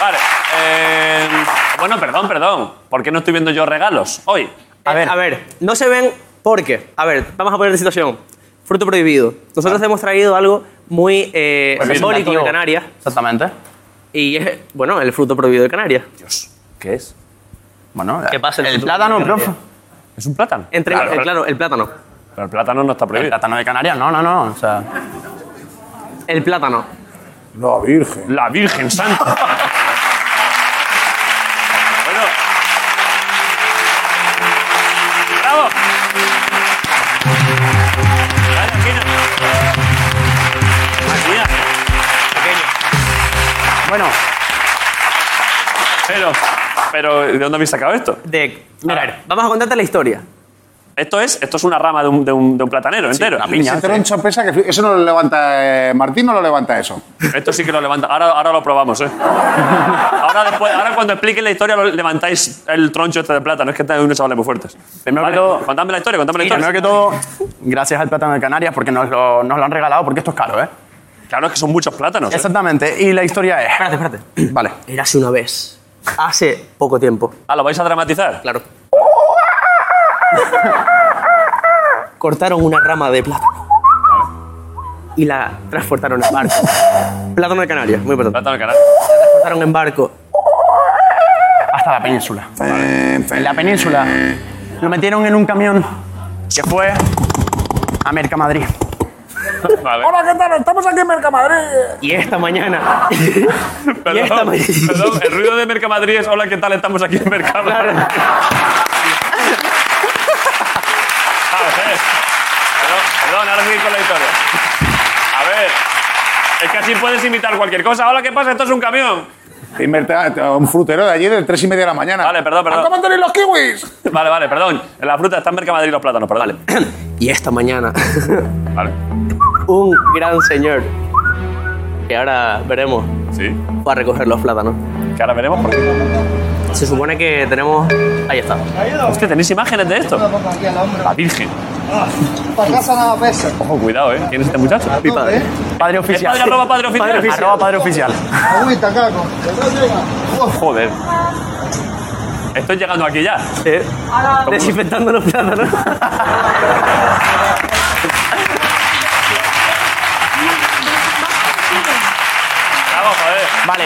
[SPEAKER 1] Vale. eh, bueno, perdón, perdón. ¿Por qué no estoy viendo yo regalos hoy?
[SPEAKER 14] Eh, A ver. a ver, no se ven porque. A ver, vamos a poner en situación. Fruto prohibido. Nosotros hemos traído algo muy eh,
[SPEAKER 15] Pues es un
[SPEAKER 14] simbólico de
[SPEAKER 15] dato-
[SPEAKER 14] Canarias.
[SPEAKER 15] Exactamente.
[SPEAKER 14] Y es, bueno, el fruto prohibido de Canarias.
[SPEAKER 1] Dios, ¿qué es?
[SPEAKER 15] Bueno,
[SPEAKER 14] ¿Qué pasa?
[SPEAKER 15] el plátano, profe.
[SPEAKER 1] ¿Es un plátano?
[SPEAKER 14] Entre, eh,
[SPEAKER 15] Claro.
[SPEAKER 14] claro, el plátano.
[SPEAKER 1] Pero el plátano no está
[SPEAKER 15] El
[SPEAKER 1] prohibido.
[SPEAKER 15] plátano de Canarias, no, no, no. O sea,
[SPEAKER 14] El plátano.
[SPEAKER 2] La Virgen.
[SPEAKER 1] La Virgen Santa. bueno. ¡Bravo! Vaya, Kina. Vaya,
[SPEAKER 15] bueno,
[SPEAKER 1] Pero, pero, ¿de dónde habéis sacado esto?
[SPEAKER 14] De, a ver, vamos a contarte la historia.
[SPEAKER 1] Esto es, esto es una rama de un, de un- de un platanero entero.
[SPEAKER 2] Ese troncho pesa que... fli- Eso no lo levanta... eh, Martín no lo levanta eso.
[SPEAKER 1] Esto sí que lo levanta. Ahora, ahora lo probamos, ¿eh? Ahora, después, ahora cuando expliquen la historia lo levantáis el troncho este de plátano. Es que tenéis unos chavales muy fuertes.
[SPEAKER 15] Primero
[SPEAKER 1] Vale,
[SPEAKER 15] que todo-
[SPEAKER 1] contadme la historia, contadme la historia.
[SPEAKER 15] primero que todo, gracias al plátano de Canarias porque nos lo, nos lo han regalado porque esto es caro, ¿eh?
[SPEAKER 1] Claro, es que son muchos plátanos. ¿eh?
[SPEAKER 15] Exactamente. Y la historia es.
[SPEAKER 14] Espérate, espérate.
[SPEAKER 15] Vale.
[SPEAKER 14] Era hace una vez. Hace poco tiempo.
[SPEAKER 1] Ah, ¿lo vais a dramatizar?
[SPEAKER 14] Claro. Cortaron una rama de plátano. Y la transportaron en barco. Plátano de Canarias, muy importante.
[SPEAKER 1] Plátano, carajo.
[SPEAKER 14] Transportaron en barco.
[SPEAKER 15] Hasta la península. En la península lo metieron en un camión que fue a Mercamadrid.
[SPEAKER 1] Vale.
[SPEAKER 2] Hola, ¿qué tal? Estamos aquí en Mercamadrid.
[SPEAKER 14] Y esta mañana. y esta
[SPEAKER 1] Perdón,
[SPEAKER 14] mañana.
[SPEAKER 1] perdón, el ruido de Mercamadrid es hola, ¿qué tal? Estamos aquí en Mercamadrid. Ah, A ver. Perdón, perdón, ahora seguir con la historia. A ver. Es que así puedes imitar cualquier cosa. Hola, ¿qué pasa? Esto es un camión.
[SPEAKER 2] Y Merca- un frutero de ayer, de tres y media de la mañana.
[SPEAKER 1] Vale, perdón, perdón.
[SPEAKER 2] ¿Cómo tenéis los kiwis?
[SPEAKER 1] Vale, vale, perdón. En la fruta está en Mercamadrid los plátanos, perdón. Vale.
[SPEAKER 14] Y esta mañana.
[SPEAKER 1] Vale.
[SPEAKER 14] un gran señor. Que ahora veremos.
[SPEAKER 1] Sí.
[SPEAKER 14] Fue a recoger los plátanos.
[SPEAKER 1] Que ahora veremos por qué.
[SPEAKER 14] Se supone que tenemos. Ahí está.
[SPEAKER 1] Hostia, ¿tenéis imágenes de esto? La Virgen.
[SPEAKER 10] Para casa nada pesa.
[SPEAKER 1] Ojo, cuidado, ¿eh? ¿Quién es este muchacho?
[SPEAKER 14] Mi padre.
[SPEAKER 15] Padre
[SPEAKER 1] ¿Es
[SPEAKER 15] oficial.
[SPEAKER 1] padre arroba padre oficial?
[SPEAKER 14] Padre oficial.
[SPEAKER 15] Arroba padre oficial.
[SPEAKER 10] Agüita, caco.
[SPEAKER 1] Joder. Estoy llegando aquí ya.
[SPEAKER 14] Eh, desinfectando los plátanos.
[SPEAKER 1] Bravo, joder.
[SPEAKER 15] Vale.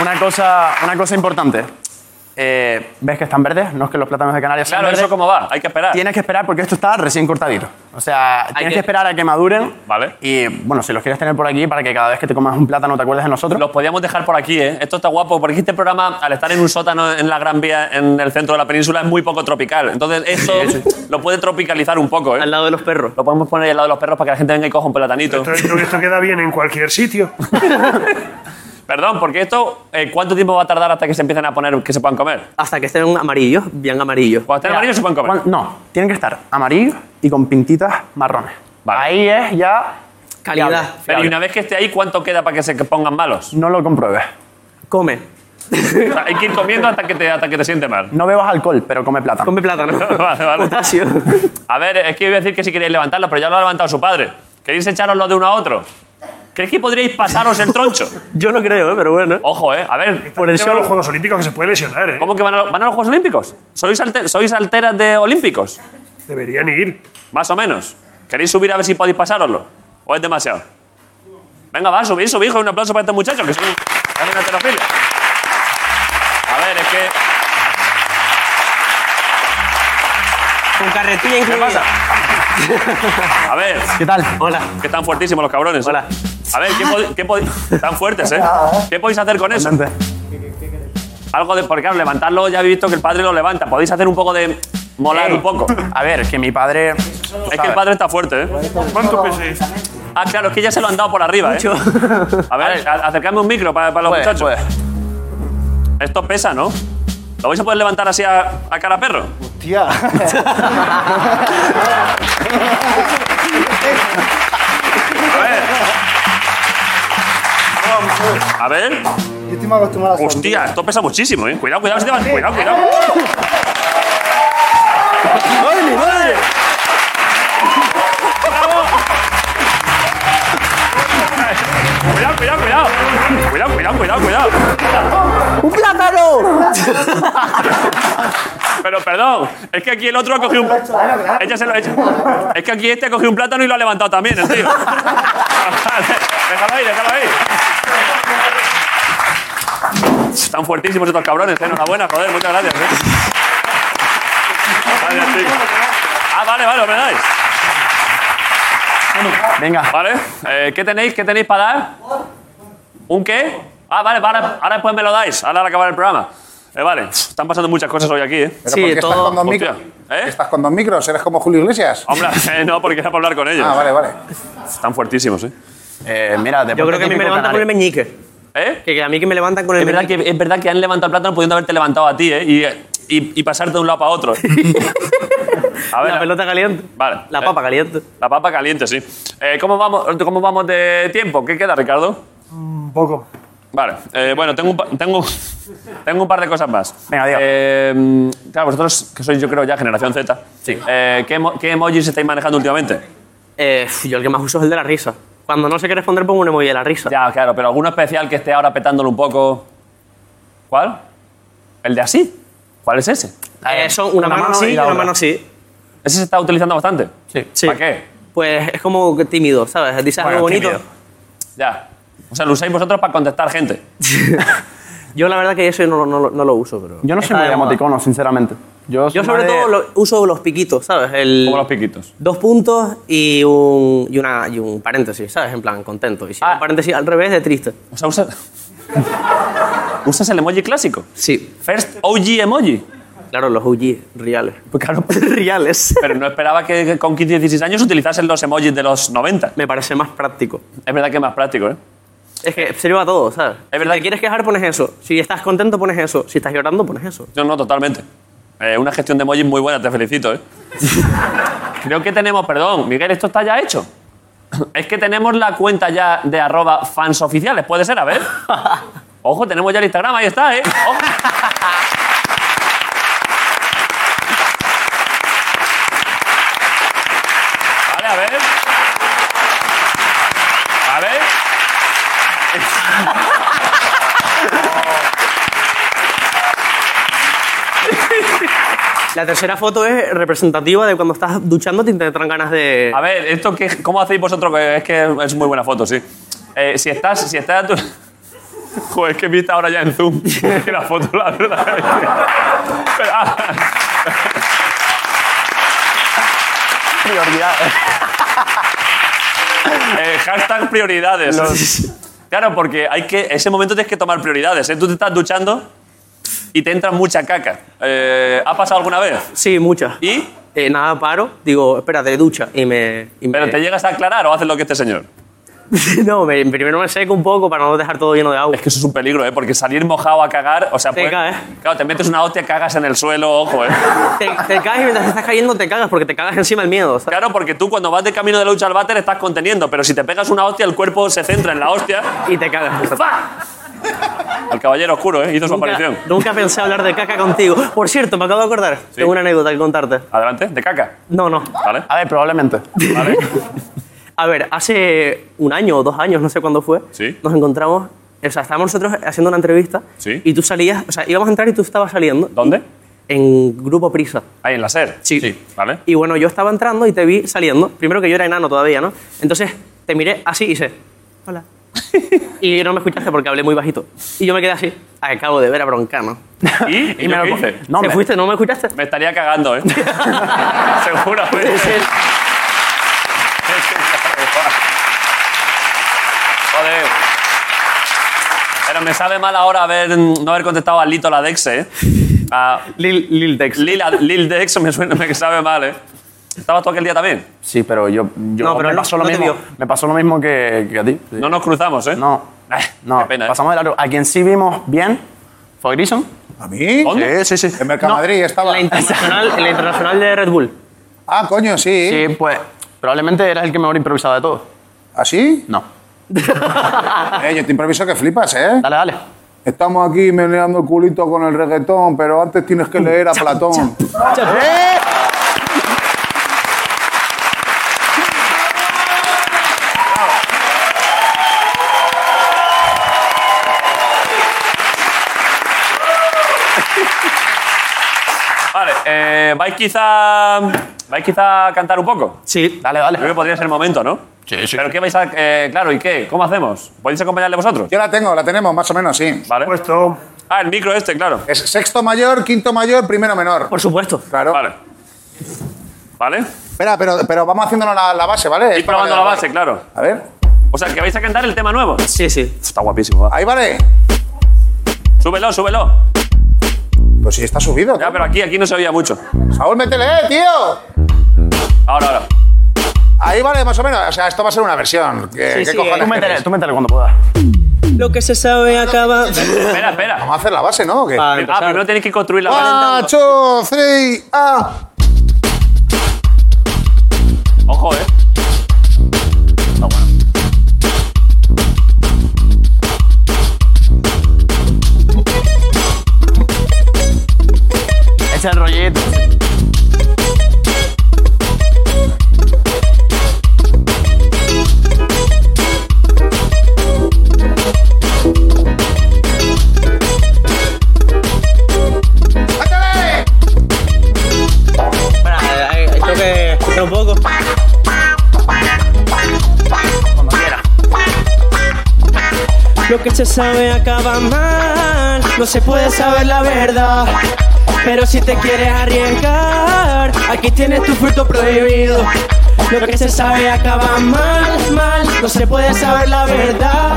[SPEAKER 15] Una cosa, una cosa importante. Eh, ¿Ves que están verdes? No es que los plátanos de Canarias
[SPEAKER 1] Claro,
[SPEAKER 15] sean verdes.
[SPEAKER 1] ¿eso cómo va? Hay que esperar.
[SPEAKER 15] Tienes que esperar porque esto está recién cortadito. O sea, tienes que...
[SPEAKER 1] que-
[SPEAKER 15] esperar a que maduren.
[SPEAKER 1] Vale.
[SPEAKER 15] Y bueno, si los quieres tener por aquí para que cada vez que te comas un plátano te acuerdes de nosotros.
[SPEAKER 1] Los podíamos dejar por aquí, ¿eh? Esto está guapo, porque este programa, al estar en un sótano en la Gran Vía, en el centro de la península, es muy poco tropical. Entonces, esto lo puede tropicalizar un poco, ¿eh? Al lado de los perros. Lo podemos poner al lado de los perros para que la gente venga y coja un platanito.
[SPEAKER 3] Esto, esto- esto queda bien en cualquier sitio.
[SPEAKER 1] Perdón, porque esto, eh, ¿cuánto tiempo va a tardar hasta que se empiecen a poner, que se puedan comer?
[SPEAKER 14] Hasta que estén amarillos, bien amarillos.
[SPEAKER 1] Cuando estén
[SPEAKER 15] Mira,
[SPEAKER 1] amarillos se pueden comer.
[SPEAKER 15] cuan- No, tienen que estar amarillos y con pintitas marrones. Ahí es ya... Calidad.
[SPEAKER 1] Pero y una vez que esté ahí, ¿cuánto queda para que se pongan malos?
[SPEAKER 15] No lo compruebes. Come.
[SPEAKER 1] O sea, hay que ir comiendo hasta que te, hasta que te siente mal.
[SPEAKER 15] No bebas alcohol, pero come plátano. Come plátano.
[SPEAKER 1] Vale, vale. A ver, es que iba a decir que si queréis levantarlo, pero ya lo ha levantado su padre. ¿Queréis echaroslo de uno a otro? ¿Creéis que podríais pasaros el troncho?
[SPEAKER 14] Yo no creo, pero bueno.
[SPEAKER 1] Ojo, ¿eh? A ver.
[SPEAKER 3] Por el tema de los Juegos Olímpicos que se puede lesionar, ¿eh?
[SPEAKER 1] ¿Cómo que van a, van a los Juegos Olímpicos? ¿Sois, alte- sois alteras de Olímpicos?
[SPEAKER 3] Deberían ir.
[SPEAKER 1] Más o menos. ¿Queréis subir a ver si podéis pasároslo? ¿O es demasiado? Venga, va, subid, subid. joder, Un aplauso para estos muchachos que son son una heterofilia. A ver, es que...
[SPEAKER 14] Con carretilla
[SPEAKER 1] ¿Qué pasa? A ver. ¿Qué tal? Hola. Que están fuertísimos los cabrones. Hola. A ver, ¿qué pod- qué pod- tan fuertes, ¿eh? ¿Qué podéis hacer con eso? Algo de. Porque claro, levantarlo ya habéis visto que el padre lo levanta. Podéis hacer un poco de. Molar un poco.
[SPEAKER 15] Eh. A ver, que mi padre.
[SPEAKER 1] Es que el padre está fuerte, ¿eh?
[SPEAKER 3] ¿Cuánto peséis?
[SPEAKER 1] Ah, claro, es que ya se lo han dado por arriba, ¿eh? A ver, a- acercadme un micro para, los
[SPEAKER 15] Puede,
[SPEAKER 1] muchachos.
[SPEAKER 15] pues.
[SPEAKER 1] Esto pesa, ¿no? ¿Lo vais a poder levantar así a, a cara perro?
[SPEAKER 10] Hostia.
[SPEAKER 1] A ver.
[SPEAKER 10] Yo estoy más acostumbrado a hacer-
[SPEAKER 1] Hostia, esto pesa muchísimo, ¿eh? Cuidado, cuidado, si te vas- cuidado, cuidado.
[SPEAKER 10] ¡Ay, mi madre!
[SPEAKER 1] Cuidado, cuidado, cuidado. Cuidado, cuidado, cuidado, cuidado.
[SPEAKER 10] ¡Un plátano!
[SPEAKER 1] Pero perdón, es que aquí el otro ha cogido un. Échaselo, échaselo. Es que aquí este ha cogido un plátano y lo ha levantado también, el tío. déjalo ahí, déjalo ahí. Están fuertísimos estos cabrones, ¿eh? enhorabuena, joder, muchas gracias. ¿eh? Gracias, tío. Ah, vale, vale, me dais.
[SPEAKER 15] Venga.
[SPEAKER 1] Vale, eh, ¿qué tenéis? ¿Qué tenéis para dar? ¿Un qué? Ah, vale, vale, ahora después me lo dais, ahora al acabar el programa. Eh, vale, están pasando muchas cosas hoy aquí, ¿eh?
[SPEAKER 2] ¿Pero por qué estás con dos
[SPEAKER 1] Hostia. ¿Eh?
[SPEAKER 2] micros? ¿Estás con dos micros? ¿Eres como Julio Iglesias?
[SPEAKER 1] Hombre, eh, no, porque era para hablar con ellos.
[SPEAKER 2] Ah, vale, vale.
[SPEAKER 1] Están fuertísimos, ¿eh?
[SPEAKER 15] mira, de
[SPEAKER 14] Yo creo que a mí me levantan con el meñique.
[SPEAKER 1] ¿Eh?
[SPEAKER 14] Que a mí que me levantan con el
[SPEAKER 1] Es verdad,
[SPEAKER 14] meñique.
[SPEAKER 1] que, es verdad que han levantado el plátano pudiendo haberte levantado a ti, ¿eh? Y, y- y pasarte de un lado para otro. A ver,
[SPEAKER 14] la pelota caliente.
[SPEAKER 1] Vale.
[SPEAKER 14] La papa caliente.
[SPEAKER 1] La papa caliente, sí. Eh, ¿cómo, vamos, ¿Cómo vamos de tiempo? ¿Qué queda, Ricardo?
[SPEAKER 3] Un poco.
[SPEAKER 1] Vale, eh, bueno, tengo un, pa- tengo, tengo un par de cosas más.
[SPEAKER 15] Venga, diga.
[SPEAKER 1] Eh, claro, vosotros, que sois yo creo ya generación Z, eh, ¿qué, emo- ¿qué emojis estáis manejando últimamente?
[SPEAKER 14] Eh, yo el que más uso es el de la risa. Cuando no sé qué responder pongo un emoji de la risa.
[SPEAKER 1] Ya, claro, pero alguno especial que esté ahora petándolo un poco. ¿Cuál? ¿El de así? ¿Cuál es ese?
[SPEAKER 14] Eh, son una, mano, así y una mano así.
[SPEAKER 1] Ese se está utilizando bastante.
[SPEAKER 14] Sí. sí.
[SPEAKER 1] ¿Para qué?
[SPEAKER 14] Pues es como que tímido, ¿sabes? Dices
[SPEAKER 1] Bueno,
[SPEAKER 14] algo bonito.
[SPEAKER 1] tímido. Ya. O sea, lo usáis vosotros para contestar gente.
[SPEAKER 14] Yo la verdad que eso no, no, no lo uso, pero...
[SPEAKER 15] Yo no soy
[SPEAKER 14] Está
[SPEAKER 15] muy
[SPEAKER 14] de
[SPEAKER 15] de
[SPEAKER 14] moda.
[SPEAKER 15] emoticonos, sinceramente. Yo, soy
[SPEAKER 14] Yo sobre
[SPEAKER 15] más de-
[SPEAKER 14] todo lo- uso los piquitos, ¿sabes? El,
[SPEAKER 1] Como los piquitos.
[SPEAKER 14] Dos puntos y un, y, una, y un paréntesis, ¿sabes? En plan, contento. Y si un paréntesis al revés, de triste.
[SPEAKER 1] O sea, usa- ¿Usas el emoji clásico?
[SPEAKER 14] Sí.
[SPEAKER 1] First OG emoji.
[SPEAKER 14] Claro, los OG reales.
[SPEAKER 1] Pues claro.
[SPEAKER 14] reales.
[SPEAKER 1] Pero no esperaba que que con 15 16 años utilizasen los emojis de los 90.
[SPEAKER 14] Me parece más práctico.
[SPEAKER 1] Es verdad que es más práctico, ¿eh?
[SPEAKER 14] Es que sirve a todo, ¿sabes? Es verdad. Si te quieres quejar, pones eso. Si estás contento, pones eso. Si estás llorando, pones eso.
[SPEAKER 1] No, no, totalmente. Eh, una gestión de emojis muy buena, te felicito, ¿eh? Creo que tenemos, perdón, Miguel, esto está ya hecho. Es que tenemos la cuenta ya de arroba fans oficiales, puede ser, a ver. Ojo, tenemos ya el Instagram, ahí está, ¿eh? Ojo. Vale, a ver. A ver.
[SPEAKER 14] La tercera foto es representativa de cuando estás duchándote y te entran ganas de.
[SPEAKER 1] A ver, esto que, ¿cómo hacéis vosotros? Es que es muy buena foto, sí. Eh, si estás, si estás, tu- Joder, es que viste ahora ya en Zoom. Que la foto, la verdad. es que- Pero, ah,
[SPEAKER 15] Prioridades.
[SPEAKER 1] eh, hashtag prioridades. Claro, porque hay que, ese momento tienes que tomar prioridades. ¿eh? Tú te estás duchando y te entra mucha caca. Eh, ¿Ha pasado alguna vez?
[SPEAKER 14] Sí, muchas. Eh,
[SPEAKER 1] ¿Y?
[SPEAKER 14] nada, paro. Digo, espérate, ducha. Y me... y
[SPEAKER 1] ¿Pero
[SPEAKER 14] me-
[SPEAKER 1] te llegas a aclarar o haces lo que este señor?
[SPEAKER 14] no, me- primero me seco un poco para no dejar todo lleno de agua. Es
[SPEAKER 1] que eso es un peligro, ¿eh? Porque salir mojado a cagar, o sea, puede-
[SPEAKER 14] ¿eh?
[SPEAKER 1] Claro, te metes una hostia, cagas en el suelo, ojo, ¿eh?
[SPEAKER 14] Te, te caes y mientras te estás cayendo te cagas porque te cagas encima el miedo. ¿sabes?
[SPEAKER 1] Claro, porque tú cuando vas de camino de la lucha al váter estás conteniendo, pero si te pegas una hostia, el cuerpo se centra en la hostia.
[SPEAKER 14] Y te cagas.
[SPEAKER 1] El caballero oscuro, ¿eh? Hizo su
[SPEAKER 14] Nunca-
[SPEAKER 1] aparición.
[SPEAKER 14] Nunca pensé hablar de caca contigo. Por cierto, me acabo de acordar. Tengo una anécdota que contarte.
[SPEAKER 1] Adelante, ¿de caca?
[SPEAKER 14] No, no.
[SPEAKER 1] Vale.
[SPEAKER 14] A ver, probablemente. A ver, hace un año o dos años, no sé cuándo fue, nos encontramos. O sea, estábamos nosotros haciendo una entrevista
[SPEAKER 1] Sí.
[SPEAKER 14] y tú salías, o sea, íbamos a entrar y tú estabas saliendo.
[SPEAKER 1] ¿Dónde?
[SPEAKER 14] En Grupo Prisa.
[SPEAKER 1] Ahí, en la SER.
[SPEAKER 14] Sí.
[SPEAKER 1] Vale.
[SPEAKER 14] Y bueno, yo estaba entrando y te vi saliendo. Primero que yo era enano todavía, ¿no? Entonces te miré así y hice, hola. y no me escuchaste porque hablé muy bajito. Y yo me quedé así, acabo de ver a Broncano.
[SPEAKER 1] ¿Y? ¿Y
[SPEAKER 14] me
[SPEAKER 1] yo
[SPEAKER 14] lo
[SPEAKER 1] qué
[SPEAKER 14] co-
[SPEAKER 1] hice?
[SPEAKER 14] No, ¿Te me- fuiste? ¿No me escuchaste?
[SPEAKER 1] Me estaría cagando, ¿eh? Seguramente. Joder. Pero me sabe mal ahora haber, no haber contestado a Lito la Dexe, ¿eh? A
[SPEAKER 15] Lil, Lil Dex.
[SPEAKER 1] Lil, Lil Dex me suena, me sabe mal, ¿eh? ¿Estabas tú aquel día también?
[SPEAKER 15] Sí, pero yo, yo
[SPEAKER 1] No, pero
[SPEAKER 15] me
[SPEAKER 1] no-
[SPEAKER 15] pasó
[SPEAKER 1] no
[SPEAKER 15] lo
[SPEAKER 1] te
[SPEAKER 15] mismo. Me pasó lo mismo que, que a ti.
[SPEAKER 1] No nos cruzamos, ¿eh?
[SPEAKER 15] No. No, pasamos de largo. A quien sí vimos bien fue a Grison.
[SPEAKER 2] ¿A mí?
[SPEAKER 15] ¿Dónde? Sí, sí, sí.
[SPEAKER 2] En Mercamadrid estaba. La
[SPEAKER 14] internacional, la internacional de Red Bull.
[SPEAKER 2] Ah, coño, sí.
[SPEAKER 15] Sí, pues probablemente eras el que mejor improvisaba de todos.
[SPEAKER 2] ¿Así?
[SPEAKER 15] No.
[SPEAKER 2] ¿Ah, eh, yo te improviso que flipas, ¿eh?
[SPEAKER 15] Dale, dale.
[SPEAKER 2] Estamos aquí meneando el culito con el reggaetón, pero antes tienes que leer a Platón.
[SPEAKER 15] ¡Eh!
[SPEAKER 1] Vale, eh, ¿vais quizá, vais quizá a cantar un poco?
[SPEAKER 14] Sí.
[SPEAKER 1] Dale, dale. Creo que podría ser el momento, ¿no? Sí, sí. ¿Pero qué vais a...? eh, claro, ¿y qué? ¿Cómo hacemos? ¿Podéis acompañarle vosotros?
[SPEAKER 2] Yo la tengo, la tenemos, más o menos, sí.
[SPEAKER 1] Vale.
[SPEAKER 3] Puesto.
[SPEAKER 1] Ah, el micro este, claro.
[SPEAKER 2] Es sexto mayor, quinto mayor, primero menor. Por
[SPEAKER 14] supuesto.
[SPEAKER 2] Claro.
[SPEAKER 1] Vale. ¿Vale?
[SPEAKER 2] Espera, pero, pero vamos haciéndonos la, la base, ¿vale?
[SPEAKER 1] Ir probando la base, claro.
[SPEAKER 2] A ver.
[SPEAKER 1] O sea, ¿que vais a cantar el tema nuevo?
[SPEAKER 14] Sí, sí.
[SPEAKER 1] Está guapísimo, va.
[SPEAKER 2] Ahí vale.
[SPEAKER 1] Súbelo, súbelo.
[SPEAKER 2] Pues sí, está subido.
[SPEAKER 1] Ya, pero aquí, aquí no se oía mucho.
[SPEAKER 2] Saúl, métele, eh, tío.
[SPEAKER 1] Ahora, ahora.
[SPEAKER 2] Ahí vale, más o menos. O sea, esto va a ser una versión. ¿Qué,
[SPEAKER 14] Sí,
[SPEAKER 2] qué
[SPEAKER 14] sí,
[SPEAKER 2] cojones?
[SPEAKER 14] tú métele,
[SPEAKER 2] queréis?
[SPEAKER 15] Tú métele cuando puedas.
[SPEAKER 14] Lo que se sabe acaba.
[SPEAKER 1] espera, espera.
[SPEAKER 2] Vamos a hacer la base, ¿no? ¿O qué?
[SPEAKER 14] Para
[SPEAKER 1] Ah, primero tenéis que construir la base.
[SPEAKER 2] One, two, three, ah.
[SPEAKER 1] Ojo, eh. Está bueno.
[SPEAKER 15] Echa el rollito.
[SPEAKER 14] Espera, eh, eh, tengo que escuchar un poco.
[SPEAKER 15] Cuando quiera.
[SPEAKER 16] Lo que se sabe acaba mal, no se puede saber la verdad. Pero si te quieres arriesgar, aquí tienes tu fruto prohibido. Lo que se sabe acaba mal, mal, no se puede saber la verdad.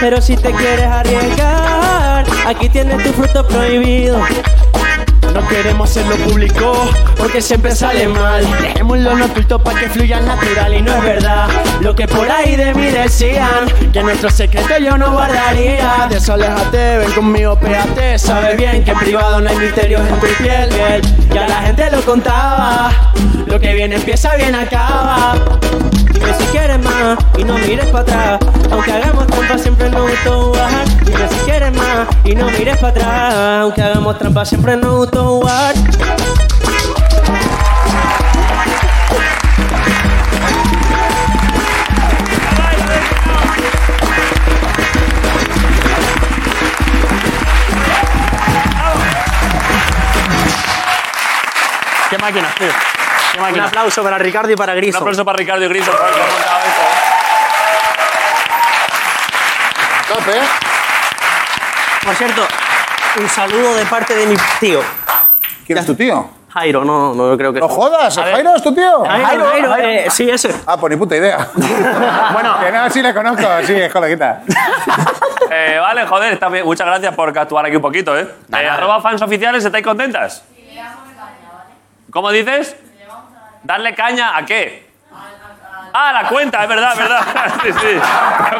[SPEAKER 16] Pero si te quieres arriesgar, aquí tienes tu fruto prohibido.
[SPEAKER 17] No queremos hacerlo público porque siempre sale mal. Dejémoslo en oculto para que fluya natural y no es verdad. Lo que por ahí de mí decían, que nuestro secreto yo no guardaría. De eso aléjate, ven conmigo, pégate. Sabes bien que en privado no hay misterios en tu piel. eh. Ya la gente lo contaba. Lo que viene empieza, bien acaba.
[SPEAKER 16] Dime si quieres más y no mires para atrás. Aunque hagamos trampa, siempre nos gustó jugar. Dime si quieres más y no mires para atrás. Aunque hagamos trampa, siempre nos gustó jugar.
[SPEAKER 14] Qué máquina, tío. Qué máquina. Un aplauso para Ricardo y para Gris.
[SPEAKER 1] Un aplauso para Ricardo y Griso. por haber montado esto.
[SPEAKER 2] Tope. ¿eh?
[SPEAKER 14] Por cierto, un saludo de parte de mi tío.
[SPEAKER 2] ¿Quién es tu tío?
[SPEAKER 14] Jairo, no, no creo que...
[SPEAKER 2] No jodas, Jairo es tu tío.
[SPEAKER 14] Jairo, Jairo, eh, sí, ese.
[SPEAKER 2] Ah, pues ni puta idea. bueno, que no, sí le conozco, sí, es coleguita.
[SPEAKER 1] Eh, vale, joder, está bien. Muchas gracias por actuar aquí un poquito, ¿eh? Eh, arroba fans oficiales, ¿estáis contentas? ¿Cómo dices? ¿Darle caña a qué? Ah, la cuenta, es verdad, es verdad. Sí, sí.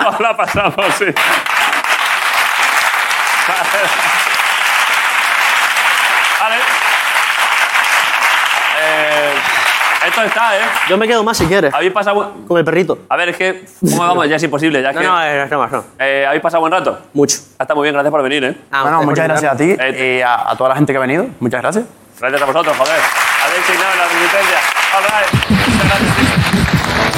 [SPEAKER 1] Luego la pasamos, sí. Vale. Eh, esto está, ¿eh?
[SPEAKER 14] Yo me quedo más si quieres.
[SPEAKER 1] Habéis pasado... buen-
[SPEAKER 14] Con el perrito.
[SPEAKER 1] A ver, es que... ¿Cómo vamos? Ya es imposible, ya es
[SPEAKER 14] No,
[SPEAKER 1] que...
[SPEAKER 14] no, eh, no, no, no.
[SPEAKER 1] Eh, ¿Habéis pasado buen rato?
[SPEAKER 14] Mucho.
[SPEAKER 1] Está muy bien, gracias por venir, ¿eh?
[SPEAKER 15] bueno, muchas gracias a ti y eh, a, a toda la gente que ha venido. Muchas gracias.
[SPEAKER 1] Gracias a vosotros, joder. Habéis signado la resistencia. All right. Muchas gracias.